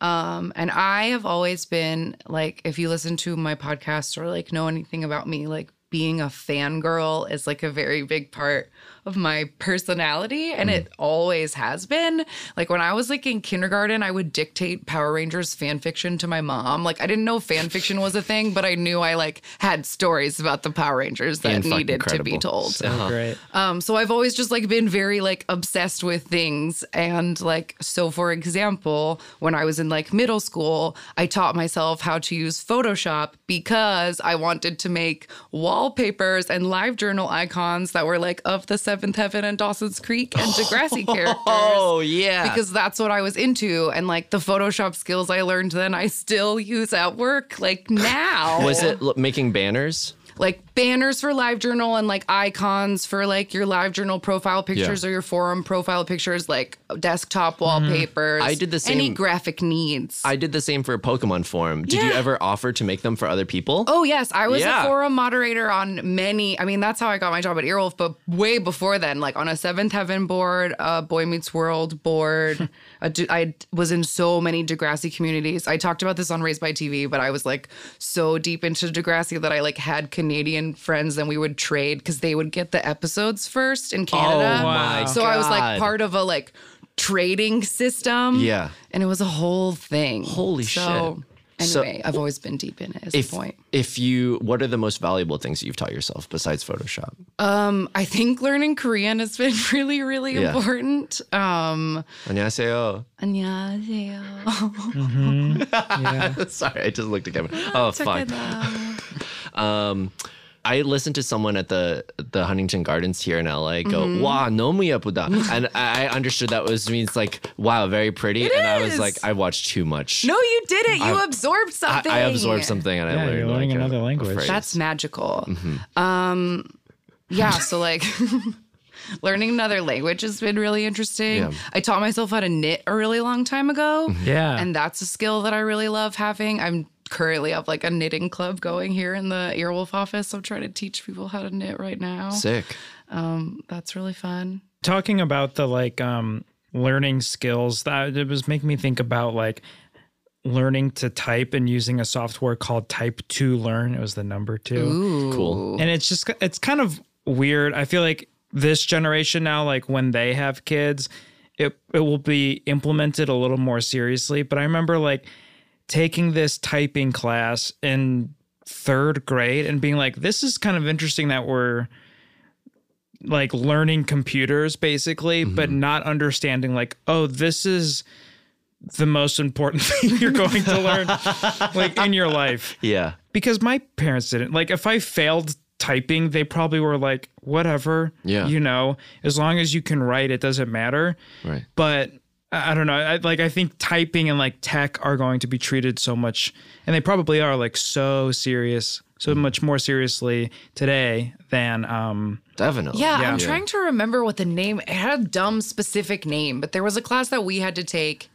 Um, and I have always been like, if you listen to my podcast or like know anything about me, like being a fangirl is like a very big part of my personality.
Mm.
And it always has been. Like when I was like in kindergarten, I would dictate Power Rangers fan fiction to my mom. Like I didn't know fan fiction was a thing, but I knew I like had stories about the Power Rangers that
And fucking
needed to be
credible.
told.
Great.
Um, so I've always just like been very like obsessed with things. And like, so for example, when I was in like middle school, I taught myself how to use Photoshop because I wanted to make wallpapers and live journal icons that were like of the seventh heaven and Dawson's Creek and Degrassi characters.
Oh yeah.
Because that's what I was into. And like the Photoshop skills I learned then, I still use at work, like now.
Was it l- making banners?
like banners for LiveJournal and like icons for like your LiveJournal profile pictures or your forum profile pictures, like desktop wallpapers.
I did the
Any
same-
graphic needs.
I did the same for a Pokemon form. Did you
Yeah.
ever offer to make them for other people?
Oh yes, I was
Yeah.
a forum moderator on many. I mean, that's how I got my job at Earwolf, but way before then, like on a Seventh Heaven board, a Boy Meets World board. a Du- I was in so many Degrassi communities. I talked about this on Raised by TV, but I was like so deep into Degrassi that I like had Canadian friends, and we would trade because they would get the episodes first in Canada.
my
so I was
Oh, God.
like part of a like trading system.
Yeah.
and it was a whole thing.
Holy
so,
shit. So-
Anyway, I've always been deep in it. Is
if,
the point?
if you, what are the most valuable things that you've taught yourself besides Photoshop?
I think learning Korean has been really, really
Yeah.
important. Um,
안녕하세요.
안녕하세요.
Sorry, I just looked at Kevin. oh, fuck. Um, I listened to someone at the the Huntington Gardens here in LA go,
Mm-hmm.
"Wow, 너무 예쁘다," and I I understood that was means like, "Wow, very pretty." and I was
is.
like, "I watched too much."
No, you did it. You absorbed
I,
something.
I absorbed something and I
Yeah,
learned
you're
like,
learning
a-
another
a
language.
phrase.
That's magical.
Mm-hmm.
Um, yeah. So like. Learning another language has been really interesting.
Yeah. Mm-hmm.
I taught myself how to knit a really long time ago.
Yeah.
And that's a skill that I really love having. I'm currently have like a knitting club going here in the Earwolf office. I'm trying to teach people how to knit right now.
sick.
That's really fun.
talking about the like um learning skills that it was making me think about like learning to type and using a software called type to learn it was the number two
Cool.
and it's just it's kind of weird i feel like this generation now like when they have kids it it will be implemented a little more seriously but i remember like taking this typing class in third grade and being like this is kind of interesting that we're like learning computers basically but not understanding like oh this is the most important thing you're going to learn like in your life
Yeah.
because my parents didn't like if i failed typing they probably were like whatever
Yeah.
you know as long as you can write it doesn't matter
Right.
but i I don't know I, like i think typing and like tech are going to be treated so much and they probably are like so serious so much more seriously today than um
Definitely.
Yeah, I'm trying to remember what the name. It had a dumb specific name, but there was a class that we had to take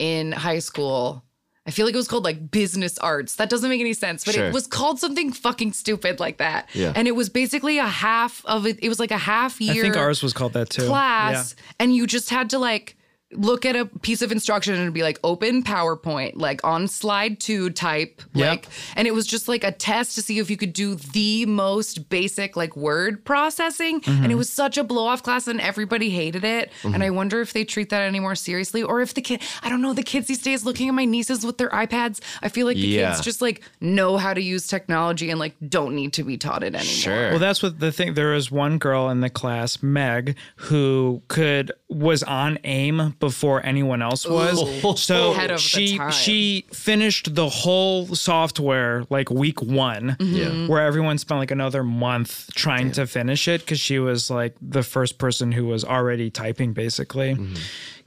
in high school. I feel like it was called like business arts. That doesn't make any sense, but
Sure.
it was called something fucking stupid like that.
Yeah.
And it was basically a half of it. It was like a half year
i think ours was called that too
class, and you just had to like look at a piece of instruction and it'd be like open PowerPoint, like on slide two type, like, and it was just like a test to see if you could do the most basic like word processing, and it was such a blow off class, and everybody hated it. And I wonder if they treat that any more seriously, or if the kid, I don't know, the kids these days looking at my nieces with their iPads, I feel like the
Yeah.
kids just like know how to use technology and like don't need to be taught it anymore.
Sure.
Well, that's what the thing. There was one girl in the class, Meg, who could was on AIM before anyone else was. so
Ahead of the
she
time.
she finished the whole software like week one,
Yeah.
where everyone spent like another month trying to finish it because she was like the first person who was already typing basically.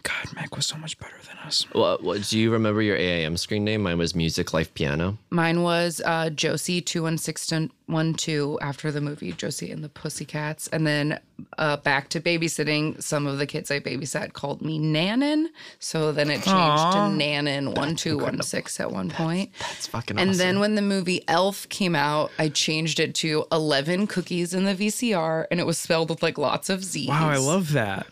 God, Meg was so much better than us.
Well, well, do you remember your AIM screen name? Mine was Music Life Piano.
Mine was uh, Josie two one six one two after the movie Josie and the Pussycats, and then uh, back to babysitting. Some of the kids I babysat called me Nannon, so then it changed to Nannon one two one six at one point.
It's fucking
and
awesome.
then when the movie Elf came out, I changed it to eleven cookies in the VCR, and it was spelled with like lots of Z's.
Wow, I love that.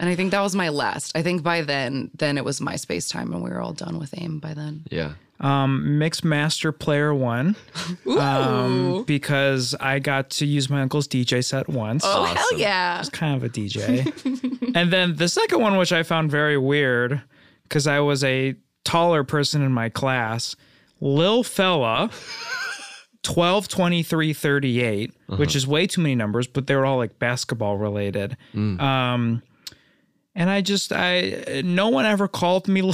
And I think that was my last. I think by then, then it was MySpace time, and we were all done with AIM by then.
yeah.
Mixed Master Player One. Um, because I got to use my uncle's DJ set once.
Oh hell yeah!
kind of a DJ. and then the second one, which I found very weird, because I was a taller person in my class, Lil Fella, 12, 23, 38, which is way too many numbers, but they were all like basketball related. Um, and I just, I, no one ever called me Lil.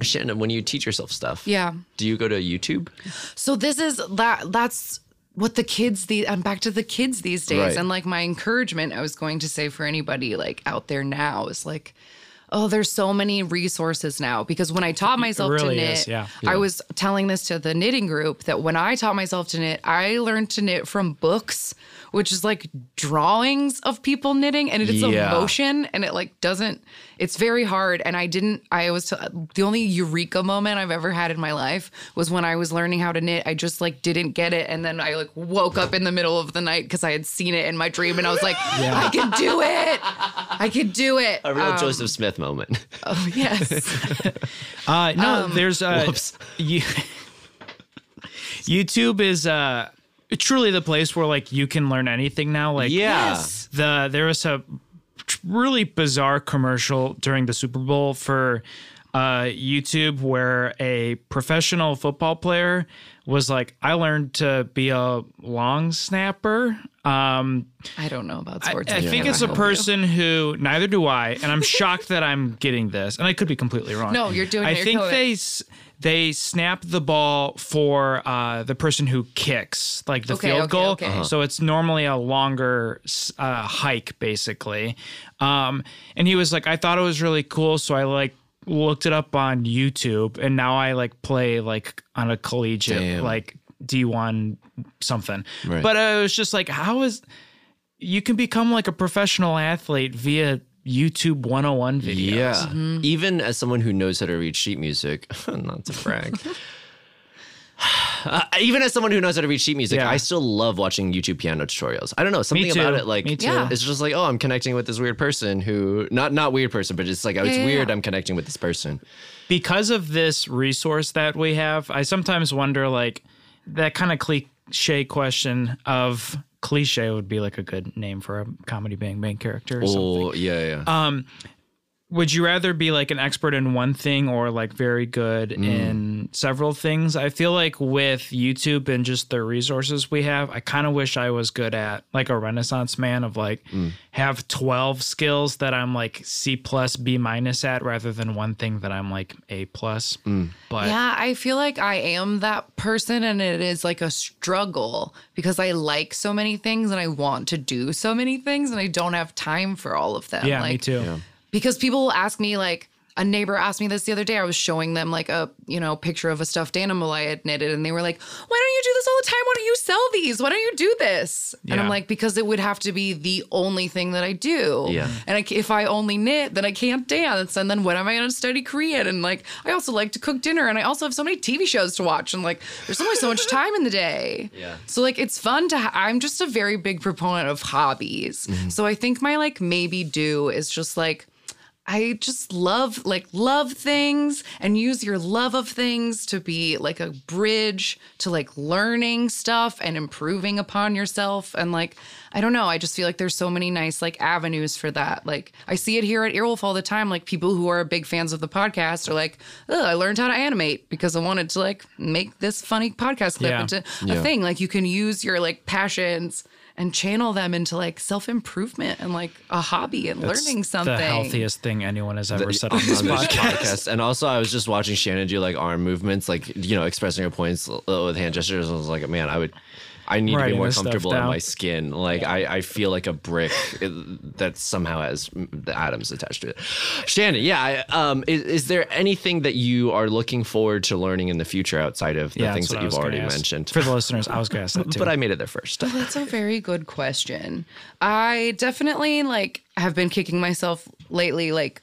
Shannon, when you teach yourself stuff,
Yeah.
do you go to YouTube?
So this is that that's what the kids the I'm back to the kids these days
Right.
and like my encouragement I was going to say for anybody like out there now is like oh, there's so many resources now. Because when I taught myself
really
to knit,
is, yeah.
I was telling this to the knitting group that when I taught myself to knit, I learned to knit from books, which is like drawings of people knitting and it's
Yeah.
a motion and it like doesn't, it's very hard. And I didn't, I was, t- the only eureka moment I've ever had in my life was when I was learning how to knit. I just like didn't get it. And then I like woke up in the middle of the night because I had seen it in my dream and I was like, I can do it. I can do it.
A real Joseph Smith moment.
Oh, yes.
Uh, no, there's uh, you-
YouTube is uh truly the place where like you can learn anything now. Like
yeah.
the there was a really bizarre commercial during the Super Bowl for uh, YouTube where a professional football player was like, "I learned to be a long snapper." Um,
I don't know about sports.
I think
can't
it's a
help you.
person who neither do I, and I'm shocked that I'm getting this, and I could be completely wrong.
No, you're doing it,
I
you're
think
killing it.
they s- they snap the ball for uh, the person who kicks, like the
Okay,
field
okay,
goal.
okay. Uh-huh.
So it's normally a longer s- uh, hike, basically. Um, and he was like, I thought it was really cool, so I like looked it up on YouTube, and now I like play like on a collegiate
Damn.
like D1 something.
Right.
But I was just like, how is you can become like a professional athlete via YouTube 101 videos.
Yeah.
Mm-hmm.
Even as someone who knows how to read sheet music, not to brag. Uh, even as someone who knows how to read sheet music,
Yeah.
I still love watching YouTube piano tutorials. I don't know something
too.
about it, like
Me too.
Yeah.
it's just like oh, I'm connecting with this weird person who not not weird person, but it's like oh, it's
Yeah, yeah,
weird.
yeah.
I'm connecting with this person.
Because of this resource that we have, I sometimes wonder like that kind of cliche question of cliche would be like a good name for a comedy bang bang character or something.
Oh yeah, yeah.
Would you rather be like an expert in one thing or like very good
Mm.
in several things? I feel like with YouTube and just the resources we have, I kind of wish I was good at like a renaissance man of like
Mm.
have 12 skills that I'm like C plus B minus at rather than one thing that I'm like A plus.
Mm.
But
Yeah, I feel like I am that person, and it is like a struggle because I like so many things and I want to do so many things, and I don't have time for all of them.
yeah,
like,
me too.
Because people will ask me, like, a neighbor asked me this the other day. I was showing them like a you know picture of a stuffed animal I had knitted, and they were like, "Why don't you do this all the time? Why don't you sell these? Why don't you do this?" And
Yeah.
I'm like, "Because it would have to be the only thing that I do."
Yeah.
And I, ca- if I only knit, then I can't dance. And then when am I going to study Korean? And like, I also like to cook dinner. And I also have so many TV shows to watch. And like, there's only so much time in the day.
Yeah.
So like, it's fun to. Ha- I'm just a very big proponent of hobbies.
Mm-hmm.
So I think my like maybe do is just like. I just love like love things and use your love of things to be like a bridge to like learning stuff and improving upon yourself and like I don't know I just feel like there's so many nice like avenues for that like I see it here at Earwolf all the time like people who are big fans of the podcast are like oh I learned how to animate because I wanted to like make this funny podcast clip
Yeah.
into a thing like you can use your like passions and channel them into like self improvement and like a hobby and learning something
The healthiest thing anyone has ever said on
on
this podcast.
podcast. And also, I was just watching Shannon do like arm movements, like you know, expressing her points uh, with hand gestures. I was like, man, I would, I need to be
Writing
more
this stuff
comfortable in
down.
my skin. Like, I, I feel like a brick it- that somehow has mm, the atoms attached to it. Shannon, yeah, I, um, is, is there anything that you are looking forward to learning in the future outside of the
Yeah,
things
that's what
that
I
you've
was gonna
already
ask.
mentioned?
For the listeners, I was going to ask that too.
but I made it there first.
That's a very good question. I definitely like have been kicking myself lately, like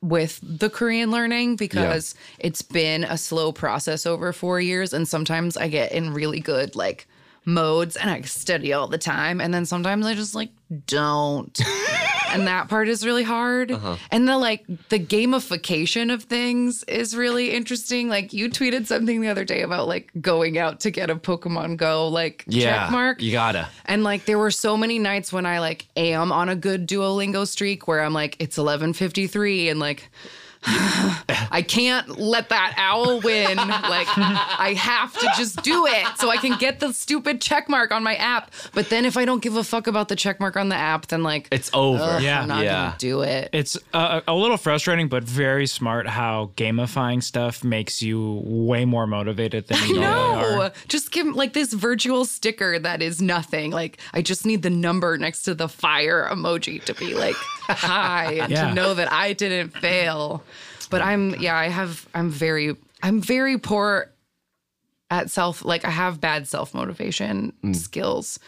with the Korean learning because it's been a slow process over four years. And sometimes I get in really good like modes and I study all the time. And then sometimes I just like don't. and that part is really hard.
Uh-huh.
And the like the gamification of things is really interesting. Like you tweeted something the other day about like going out to get a Pokemon Go like
yeah,
check mark.
you gotta.
And like there were so many nights when I like am on a good Duolingo streak where I'm like it's 11:53 and like I I can't let that owl win. like I have to just do it so I can get the stupid check mark on my app. But then if I don't give a fuck about the check mark on the app, then like
It's over.
ugh,
Uh, Yeah.
I'm not
Yeah.
gonna do it.
It's a, a little frustrating, but very smart how gamifying stuff makes you way more motivated than you normally are.
No, just give like this virtual sticker that is nothing. Like I just need the number next to the fire emoji to be like hi and
Yeah.
to know that I didn't fail. But I'm yeah, I have I'm very I'm very poor at self like I have bad self motivation
Mm.
skills.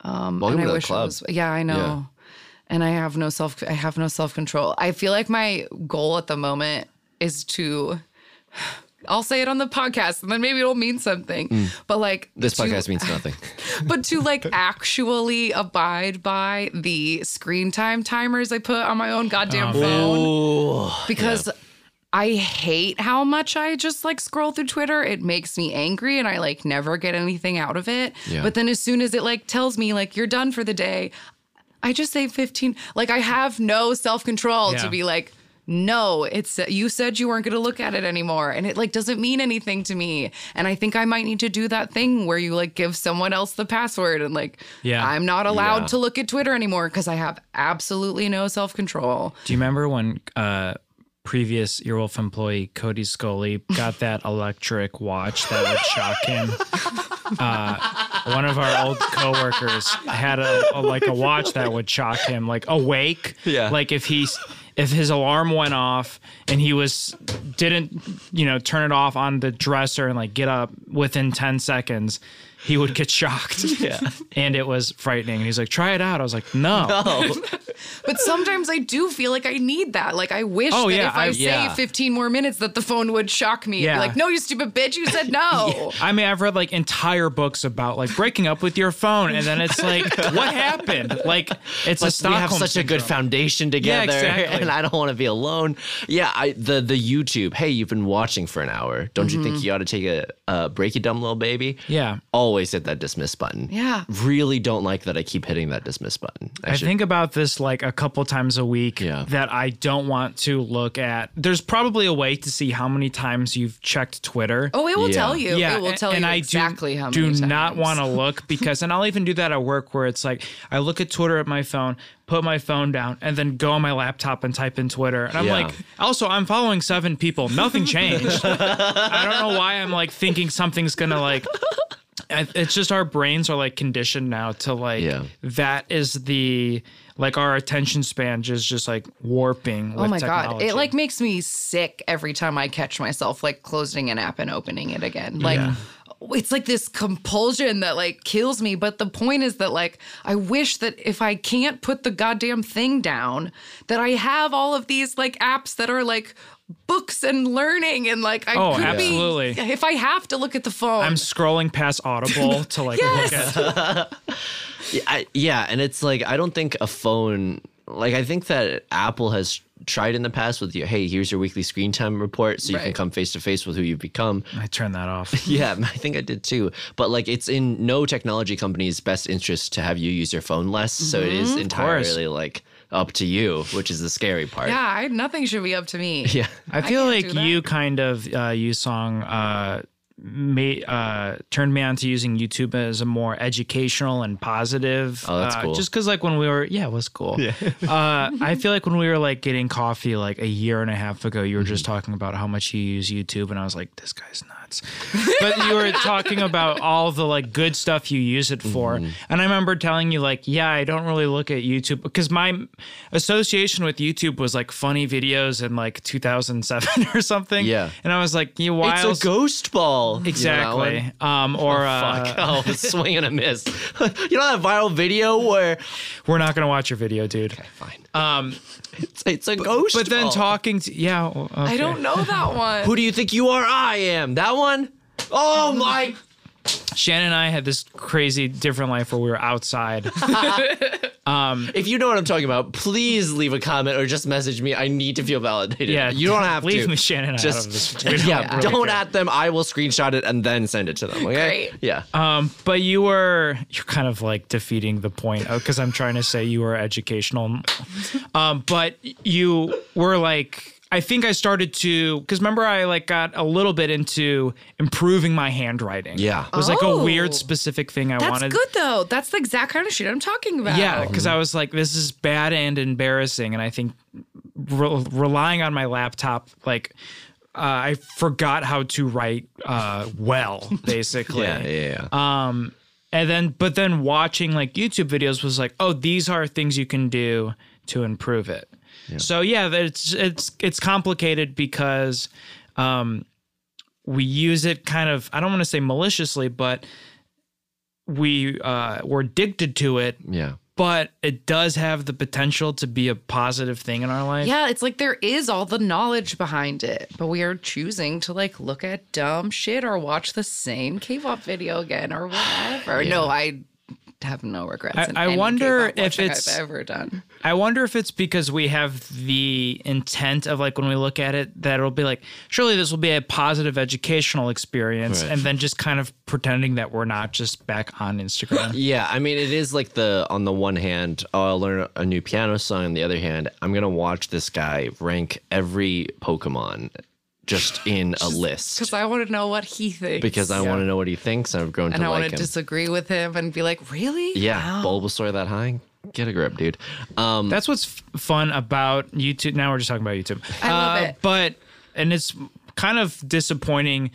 Um
Welcome to
and I
the
wish
club.
I was yeah, I know.
Yeah.
And I have no self I have no self control. I feel like my goal at the moment is to I'll say it on the podcast and then maybe it'll mean something. But like
Mm. This
to-
podcast means nothing.
but to like actually abide by the screen time timers I put on my own goddamn phone because I hate how much I just like scroll through Twitter. It makes me angry and I like never get anything out of it.
Yeah.
But then as soon as it like tells me like you're done for the day, I just say 15 like I have no self-control
Yeah.
to be like no, it's you said you weren't going to look at it anymore and it like doesn't mean anything to me. And I think I might need to do that thing where you like give someone else the password and like
Yeah.
I'm not allowed
Yeah.
to look at Twitter anymore cuz I have absolutely no self-control.
Do you remember when uh, previous Earwolf employee Cody Scully got that electric watch that would shock him? Uh, one of our old coworkers had a, a- like a watch that would shock him, like awake.
Yeah.
Like if he if his alarm went off and he was didn't you know turn it off on the dresser and like get up within ten seconds. He would get shocked. Yeah. And it was frightening. And he's like, try it out. I was like, no.
But sometimes I do feel like I need that. Like I wish
Oh,
that
yeah,
if I,
I-
say
yeah.
15 more minutes that the phone would shock me
Yeah.
and be like, "No, you stupid bitch, you said no."
I mean, I've read like entire books about like breaking up with your phone, and then it's like, what happened? Like, it's a
we
Stockholm.
have such a good
syndrome.
foundation together
exactly.
and i don't want to be alone yeah I, the the youtube hey you've been watching for an hour don't you think you ought to take a uh, break you dumb little baby
Yeah.
always hit that dismiss button
Yeah.
really don't like that i keep hitting that dismiss button i,
I
should
think about this like a couple times a week
Yeah.
that I don't want to look at. There's probably a way to see how many times you've checked Twitter.
Oh, it will
Yeah.
tell you. it will
a-
tell you exactly
do,
how many
do
times.
not want to look because, and I'll even do that at work where it's like I look at Twitter at my phone, put my phone down, and then go on my laptop and type in Twitter, and I'm
Yeah.
like, also I'm following seven people, nothing changed. I don't know why I'm like thinking something's gonna like. I- It's just our brains are like conditioned now to like
Yeah.
that is the like our attention span just just like warping.
Oh my god, it like makes me sick every time I catch myself like closing an app and opening it again. Like it's like this compulsion that like kills me, but the point is that like I wish that if I can't put the goddamn thing down, that I have all of these like apps that are like books and learning and like I
Oh,
could
absolutely.
be if I have to look at the phone.
I'm scrolling past Audible to like look at.
I, yeah and it's like i don't think a phone like i think that apple has tried in the past with you hey here's your weekly screen time report so you can
Right.
come face to face with who you've become
I turn that off.
Yeah, I think I did too. But like, it's in no technology company's best interest to have you use your phone less. So it is entirely like up to you, which is the scary part.
yeah, I, nothing should be up to me.
Yeah.
I feel
can't
like
do that.
you kind of uh, you song uh, ma- uh, turned me on to using YouTube as a more educational and positive.
Oh, that's
uh,
cool.
Just because like when we were yeah, it was cool. Yeah. uh, I feel like when we were like getting coffee like a year and a half ago, you were
Mm-hmm.
just talking about how much you use YouTube, and I was like, this guy's nuts. but you were talking about all the like good stuff you use it for,
Mm-hmm.
and I remember telling you like, yeah, I don't really look at YouTube because my association with YouTube was like funny videos in like 2007 or something.
Yeah.
and I was like, you why
It's
else-
a ghost ball. You know that
Exactly.
one?
um, or uh,
Fuck. Oh, it's swing and a miss. you know that viral video where.
we're not gonna watch your video, dude.
Fine.
Um,
It's, it's a ghost
but then
ball.
talking to yeah, well, uh,
I
okay.
don't know that one.
Who do you think you are? I am. That one? Oh my.
Shannon and I had this crazy different life where we were outside.
If you know what I'm talking about, please leave a comment or just message me. I need to feel validated.
Yeah,
You don't have
leave
to.
me Shannon out
Just
of this.
yeah,
really
don't
care.
at them. I will screenshot it and then send it to them. Okay.
Great.
Yeah.
Um, but you were you're kind of like defeating the point uh, because I'm trying to say you were educational. Um, but you were like I think I started to because remember I like got a little bit into improving my handwriting.
Yeah.
It was like a
Oh.
weird specific thing I
That's
wanted.
good though. That's the exact kind of shit I'm talking about.
Um,
Yeah, because I was like, this is bad and embarrassing, and I think re- relying on my laptop, like, uh, I forgot how to write uh, well, basically.
Yeah, yeah, yeah.
Um,
And then, but then watching like YouTube videos was like, oh, these are things you can do to improve it. So yeah, that it's it's it's complicated because um, we use it kind of I don't want to say maliciously, but we uh, were addicted to it
yeah.
but it does have the potential to be a positive thing in our life.
Yeah, it's like there is all the knowledge behind it, but we are choosing to like look at dumb shit or watch the same K-pop video again or whatever. No, I have no regrets.
I-
in
I
any
wonder
K-pop
if
watching
it's-
I've ever done.
I wonder if it's because we have the intent of like when we look at it that it'll be like surely this will be a positive educational experience
Right.
and then just kind of pretending that we're not just back on Instagram.
Yeah, I mean, it is like the on the one hand, oh, I'll learn a new piano song. On the other hand, I'm gonna watch this guy rank every Pokemon just in a list
Because I want to know what he thinks.
because I want to know what he thinks, and I've grown
and
to
I
like
want to
him.
disagree with him and be like, really?
yeah, Bulbasaur that high? Get a grip, dude. Um,
That's what's f- fun about YouTube. Now we're just talking about YouTube.
I love
Um,
it.
But and it's kind of disappointing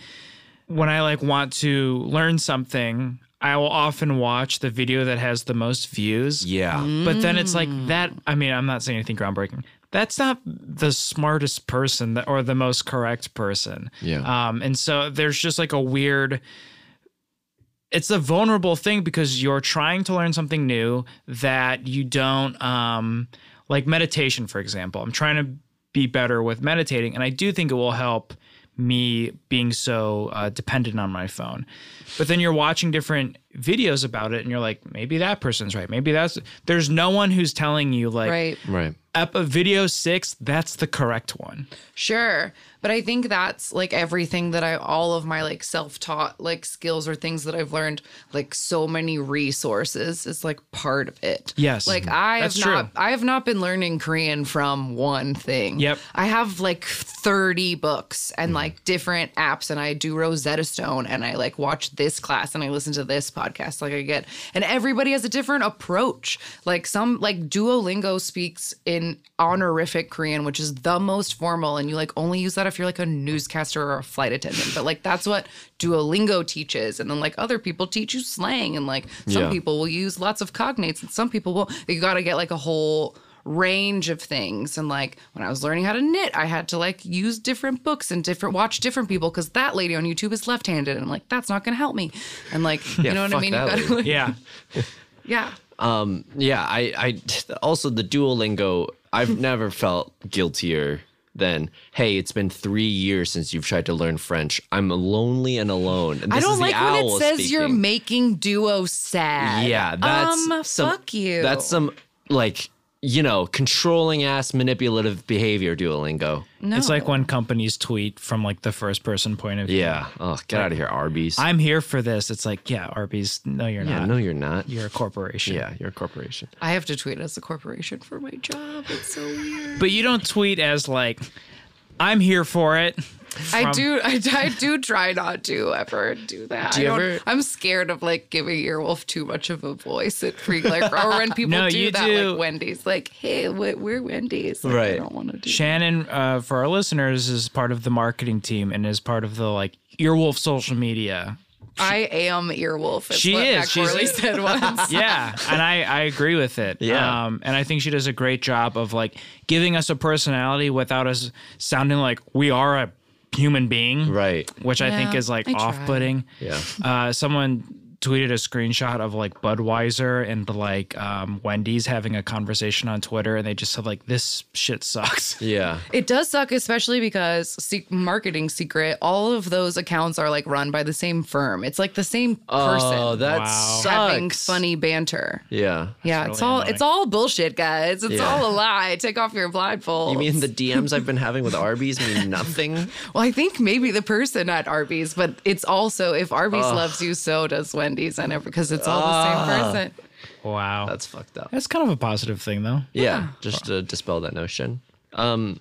when I like want to learn something. I will often watch the video that has the most views.
yeah,
Mm.
But then it's like that. I mean, I'm not saying anything groundbreaking. That's not the smartest person that, or the most correct person.
Yeah.
Um, and so there's just like a weird. It's a vulnerable thing because you're trying to learn something new that you don't um, like meditation, for example. I'm trying to be better with meditating, and I do think it will help me being so uh, dependent on my phone. But then you're watching different videos about it, and you're like, maybe that person's right. Maybe that's there's no one who's telling you like
Right.
right.
up a video six, that's the correct one.
Sure. But I think that's like everything that I, all of my like self taught like skills or things that I've learned, like so many resources is like part of it.
Yes. Mm-hmm.
Like I have
That's
not,
true.
I have not been learning Korean from one thing.
Yep.
I have like 30 books and like different apps and I do Rosetta Stone and I like watch this class and I listen to this podcast like I get and everybody has a different approach. Like some like Duolingo speaks in honorific Korean which is the most formal and you like only use that if you're like a newscaster or a flight attendant. But like that's what Duolingo teaches and then like other people teach you slang and like some
Yeah.
people will use lots of cognates and some people will you got to get like a whole range of things and like when i was learning how to knit i had to like use different books and different watch different people because that lady on youtube is left-handed and i'm like that's not gonna help me and like you know what i
fuck
mean
that
you gotta,
lady.
like,
Yeah.
yeah
Um, Yeah, I, I also the Duolingo. I've never felt guiltier than hey, it's been three years since you've tried to learn French. I'm lonely and alone. And
i
this is
don't
the
like when it
owl
says you're
speaking.
making duo sad
Yeah, that's
um,
some,
fuck you
That's some like you know controlling ass manipulative behavior. Duolingo.
no
It's like when companies tweet from like the first person point of view.
Yeah. Oh, get out of here, Arby's.
I'm here for this. It's like, yeah, Arby's, no, you're
yeah,
not.
no, you're not.
You're a corporation.
yeah, you're a corporation.
i have to tweet as a corporation for my job it's so weird
But you don't tweet as like, I'm here for it.
I do. I, I do try not to ever do that.
Do you
I don't-
ever-
I'm scared of like giving Earwolf too much of a voice at free like or when people
No, you
do that
do.
like Wendy's like hey we- we're Wendy's Like,
Right.
I don't want to do.
Shannon, uh, for our listeners, is part of the marketing team and is part of the like Earwolf social media.
I am Earwolf. Is
She
what
is.
Matt
She's-
Corley said once.
Yeah, and I, I agree with it.
Yeah.
um, and I think she does a great job of like giving us a personality without us sounding like we are a human being,
Right.
Which I think
Yeah,
is like
I try.
off-putting.
Yeah.
Uh, someone tweeted a screenshot of like Budweiser and like um, Wendy's having a conversation on Twitter, and they just said like, "This shit sucks."
Yeah.
It does suck, especially because se- marketing secret. All of those accounts are like run by the same firm. It's like the same person
Oh, that
Wow.
having
sucks.
funny banter.
Yeah.
Yeah,
really
it's all
annoying.
it's all bullshit, guys. It's
Yeah.
all a lie. Take off your blindfold.
You mean the DMs I've been having with Arby's mean nothing?
Well, I think maybe the person at Arby's, but it's also if Arby's loves you, so does Wendy's, and every because it's all the same person.
Wow,
That's fucked up.
that's kind of a positive thing though.
Yeah, just to dispel that notion. Um,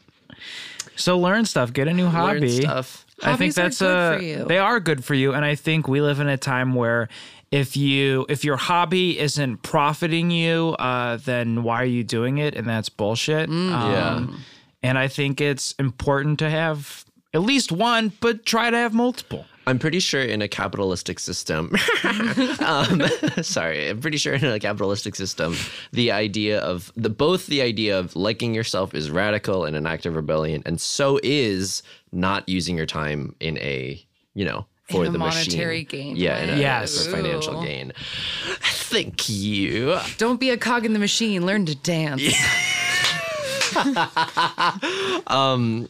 So learn stuff, get a new hobby.
stuff.
I think
Hobbies are
that's
good
a
for you.
they are good for you and I think we live in a time where if you if your hobby isn't profiting you, uh, then why are you doing it? And that's bullshit.
Mm.
Um, And I think it's important to have at least one, but try to have multiple.
I'm pretty sure in a capitalistic system, um, sorry, I'm pretty sure in a capitalistic system, the idea of the both the idea of liking yourself is radical and an act of rebellion, and so is not using your time in a you know for
a
the
monetary
machine.
gain,
yeah, in a,
right?
Yes.
for financial
Ooh.
gain. Thank you.
Don't be a cog in the machine. Learn to dance.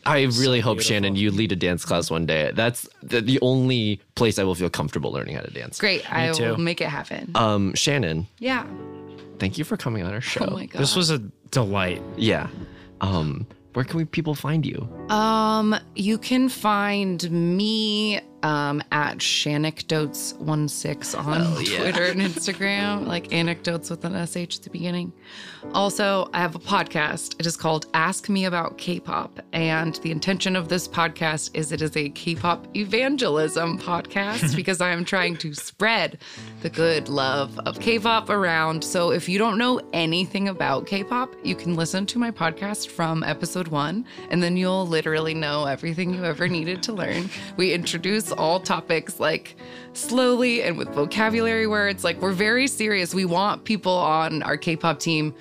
I really hope Shannon, you lead a dance class one day. That's the, the only place I will feel comfortable learning how to dance.
Great. I
too.
will make it happen.
Um, Shannon,
yeah.
thank you for coming on our show.
Oh my god.
This was a delight.
Yeah. Um, where can we people find you?
Um, you can find me um at shanecdotes16 on Twitter and Instagram, like anecdotes with an sh at the beginning. Also, I have a podcast. It is called Ask Me About K-pop, and the intention of this podcast is it is a K-pop evangelism podcast because I am trying to spread the good love of K-pop around. So if you don't know anything about K-pop, you can listen to my podcast from episode 1 and then you'll literally know everything you ever needed to learn. We introduce all topics like slowly and with vocabulary words. Like we're very serious. We want people on our K-pop team.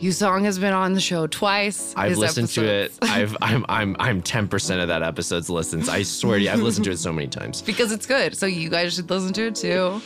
Yusong has been on the show twice.
I've
His
listened
episodes-
to it. I've I'm I'm I'm ten percent of that episode's listens. I swear to you, I've listened to it so many times.
because it's good. So you guys should listen to it too.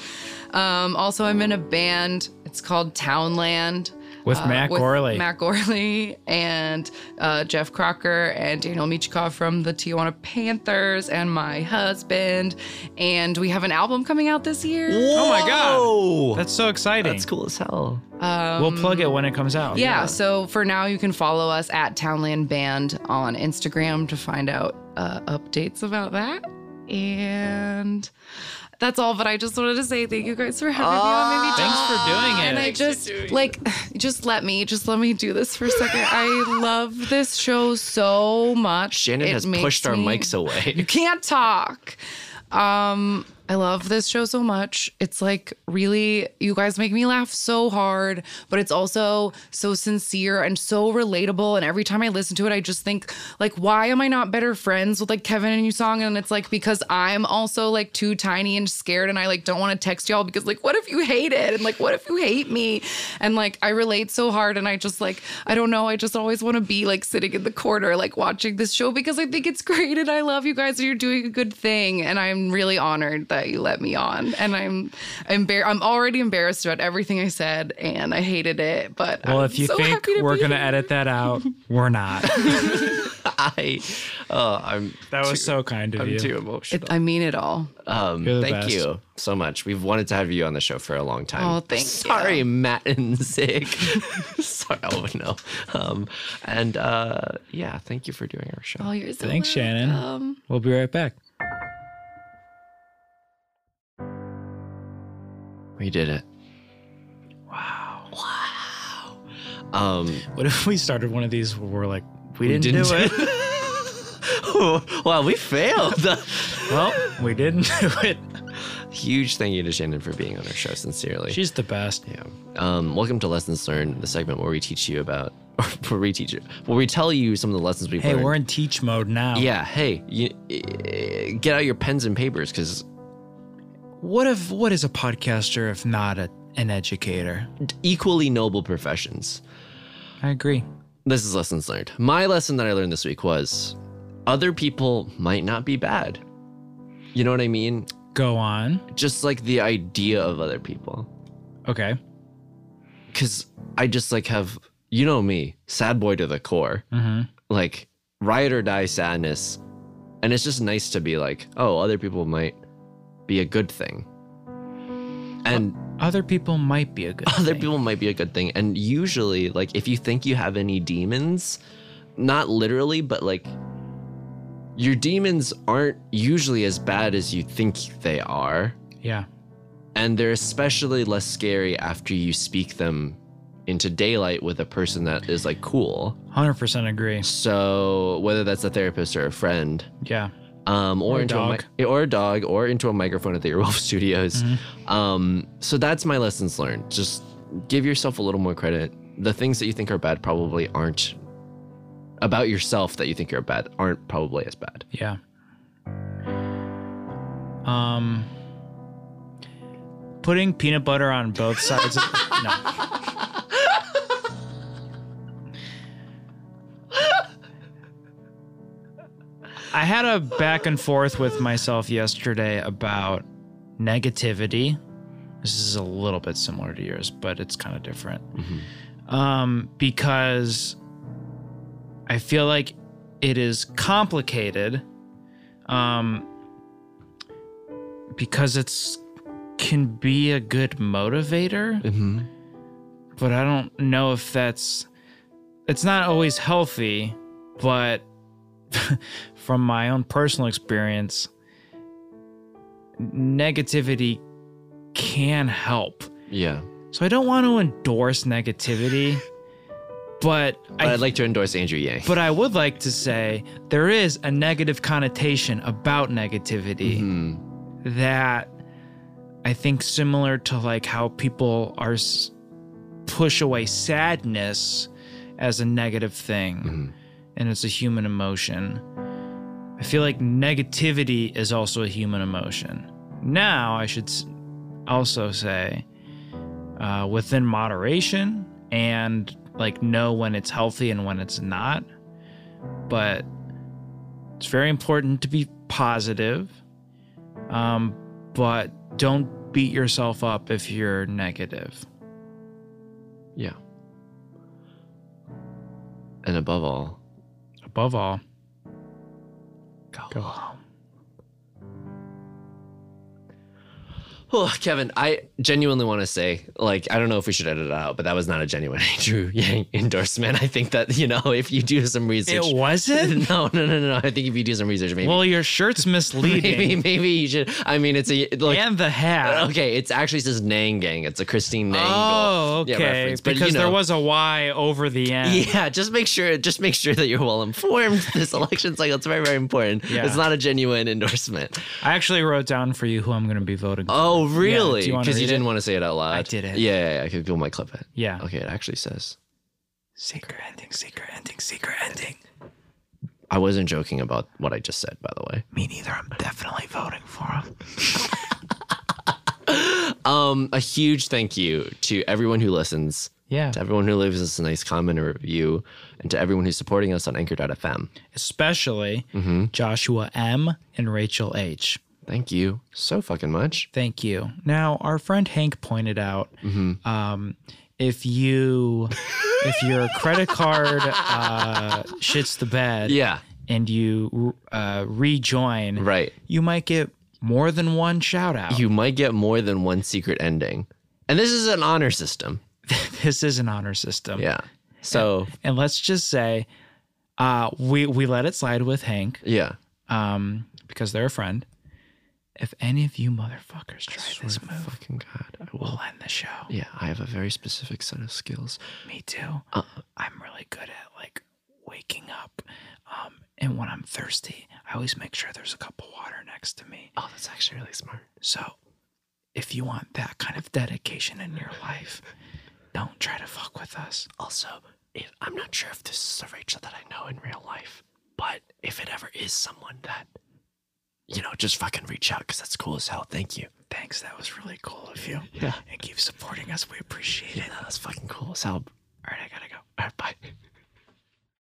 Um, also, I'm in a band. It's called Townland. uh,
With Matt Gorley.
Matt Gorley and uh, Jeff Crocker and Daniel Michikov from the Tijuana Panthers and my husband. And we have an album coming out this year.
Oh my god.
Oh,
That's so exciting.
that's cool as hell. Um,
We'll plug it when it comes out.
yeah, so for now you can follow us at Townland Band on Instagram to find out uh, updates about that. And that's all, but I just wanted to say thank you guys for having me on Maybe
Thanks for doing it.
and I just like just let me just let me do this for a second. I love this show so much.
Shannon
It
has
makes
pushed our
me-
mics away.
You can't talk. Um I love this show so much. It's like really you guys make me laugh so hard, but it's also so sincere and so relatable and every time I listen to it I just think like why am I not better friends with like Kevin and Yusong and it's like because I'm also like too tiny and scared and I like don't want to text y'all because like what if you hate it and like what if you hate me and like I relate so hard and I just like I don't know I just always want to be like sitting in the corner like watching this show because I think it's great and I love you guys and you're doing a good thing and I'm really honored that you let me on and I'm embar- I'm already embarrassed about everything I said and I hated it but
Well,
I'm
if you
so
think
happy to
we're
be
going to
here.
edit that out, we're not.
I, oh, I'm
That was so kind of
I'm
you.
too emotional.
I mean it all
Um,
You're the
thank
best.
you so much. We've wanted to have you on the show for a long time.
Oh, thank you.
Sorry, Matt and Zig. Sorry, oh no. Um, and uh, yeah, thank you for doing our show.
all yours
Thanks, Shannon. We'll be right back.
We did it. Wow. Wow. Um,
What if we started one of these where we're like,
we, didn't do it. wow, we failed.
well, we didn't do it.
Huge thank you to Shannon for being on our show, sincerely.
She's the best.
yeah. Um, welcome to Lessons Learned, the segment where we teach you about, or where we teach you, where we tell you some of the lessons we've
Hey,
learned.
we're in teach mode
Oh.
now.
yeah, hey, you, eh, get out your pens and papers because
What if what is a podcaster if not a, an educator?
equally noble professions.
I agree.
This is lessons learned. My lesson that I learned this week was other people might not be bad. You know what I mean?
Go on.
Just like the idea of other people.
Okay.
Cause I just like have, you know me, sad boy to the core,
Mm-hmm.
like ride or die sadness. And it's just nice to be like, oh, other people might be a good thing. And
Other people might be a good.
other
thing.
people might be a good thing. And usually, like, if you think you have any demons, not literally, but like, your demons aren't usually as bad as you think they are.
Yeah.
And they're especially less scary after you speak them into daylight with a person that is like cool.
100% agree.
So whether that's a therapist or a friend,
Yeah.
um, or,
Or a
into a
dog.
mi- or a dog, or into a microphone at the Earwolf Studios.
Mm-hmm.
Um, so that's my lessons learned. Just give yourself a little more credit. The things that you think are bad probably aren't about yourself that you think are bad aren't probably as bad.
Yeah. Um putting peanut butter on both sides of no. I had a back and forth with myself yesterday about negativity. This is a little bit similar to yours, but it's kind of different. Um, because I feel like it is complicated um, because it's can be a good motivator,
Mm-hmm.
but I don't know if that's it's not always healthy, but from my own personal experience, negativity can help.
Yeah,
So I don't want to endorse negativity, but,
but I,
I
would like to endorse Andrew Yang.
but I would like to say there is a negative connotation about negativity
Mhm.
that I think similar to like how people are s- push away sadness as a negative thing and it's a human emotion. I feel like negativity is also a human emotion. Now, I should s- also say uh, within moderation and like know when it's healthy and when it's not. But it's very important to be positive. Um, but don't beat yourself up if you're negative.
yeah, and above all,
Above all, go
go.
home.
Oh, Kevin, I genuinely want to say, like, I don't know if we should edit it out, but that was not a genuine Andrew Yang endorsement. I think that, you know, if you do some research.
It wasn't?
No, no, no, no. I think if you do some research, maybe.
well, your shirt's
maybe,
misleading.
maybe you should. I mean, it's a. Like, uh,
and the hat.
okay, it's actually says Nang Gang. It's a Christine Nang.
Oh,
yeah,
okay.
reference, but, you
because there
know.
was a Y over the end.
Yeah, just make sure just make sure that you're well informed. This election cycle, it's very, very important.
Yeah.
It's not a genuine endorsement.
I actually wrote down for you who I'm going to be voting. for.
Oh, really?
do you wanna
Because you,
read
didn't
it?
want to say it out loud.
I did it.
Yeah, yeah, yeah. I could go my clip it.
Yeah.
Okay, it actually says.
Secret ending, secret ending, secret ending.
I wasn't joking about what I just said, by the way.
Me neither. I'm definitely voting for him.
Um, a huge thank you to everyone who listens,
Yeah.
to everyone who leaves us a nice comment or review, and to everyone who's supporting us on Anchor.fm.
Especially
Mm-hmm.
Joshua M. and Rachel H.
Thank you so fucking much.
Thank you. Now, our friend Hank pointed out
Mm-hmm.
um, if you if your credit card uh, shits the bed,
Yeah.
and you uh, rejoin,
Right.
you might get more than one shout out.
You might get more than one secret ending. And this is an honor system.
this is an honor system.
Yeah. So,
And let's just say, uh, we we let it slide with Hank,
yeah.
um, because they're a friend. If any of you motherfuckers try this move,
Fucking God. I will.
we'll end the show.
Yeah, I have a very specific set of skills.
Me too.
Uh-uh.
I'm really good at like waking up, um, and when I'm thirsty, I always make sure there's a cup of water next to me.
Oh, that's actually really smart.
So, if you want that kind of dedication in your life, don't try to fuck with us.
Also, if, I'm not sure if this is a Rachel that I know in real life, but if it ever is someone that, you know, just fucking reach out because that's cool as hell. Thank you.
Thanks, that was really cool of you.
Yeah.
And keep supporting us. We appreciate it.
Yeah, no, that's fucking cool as hell.
All right, I gotta go.
All right, bye.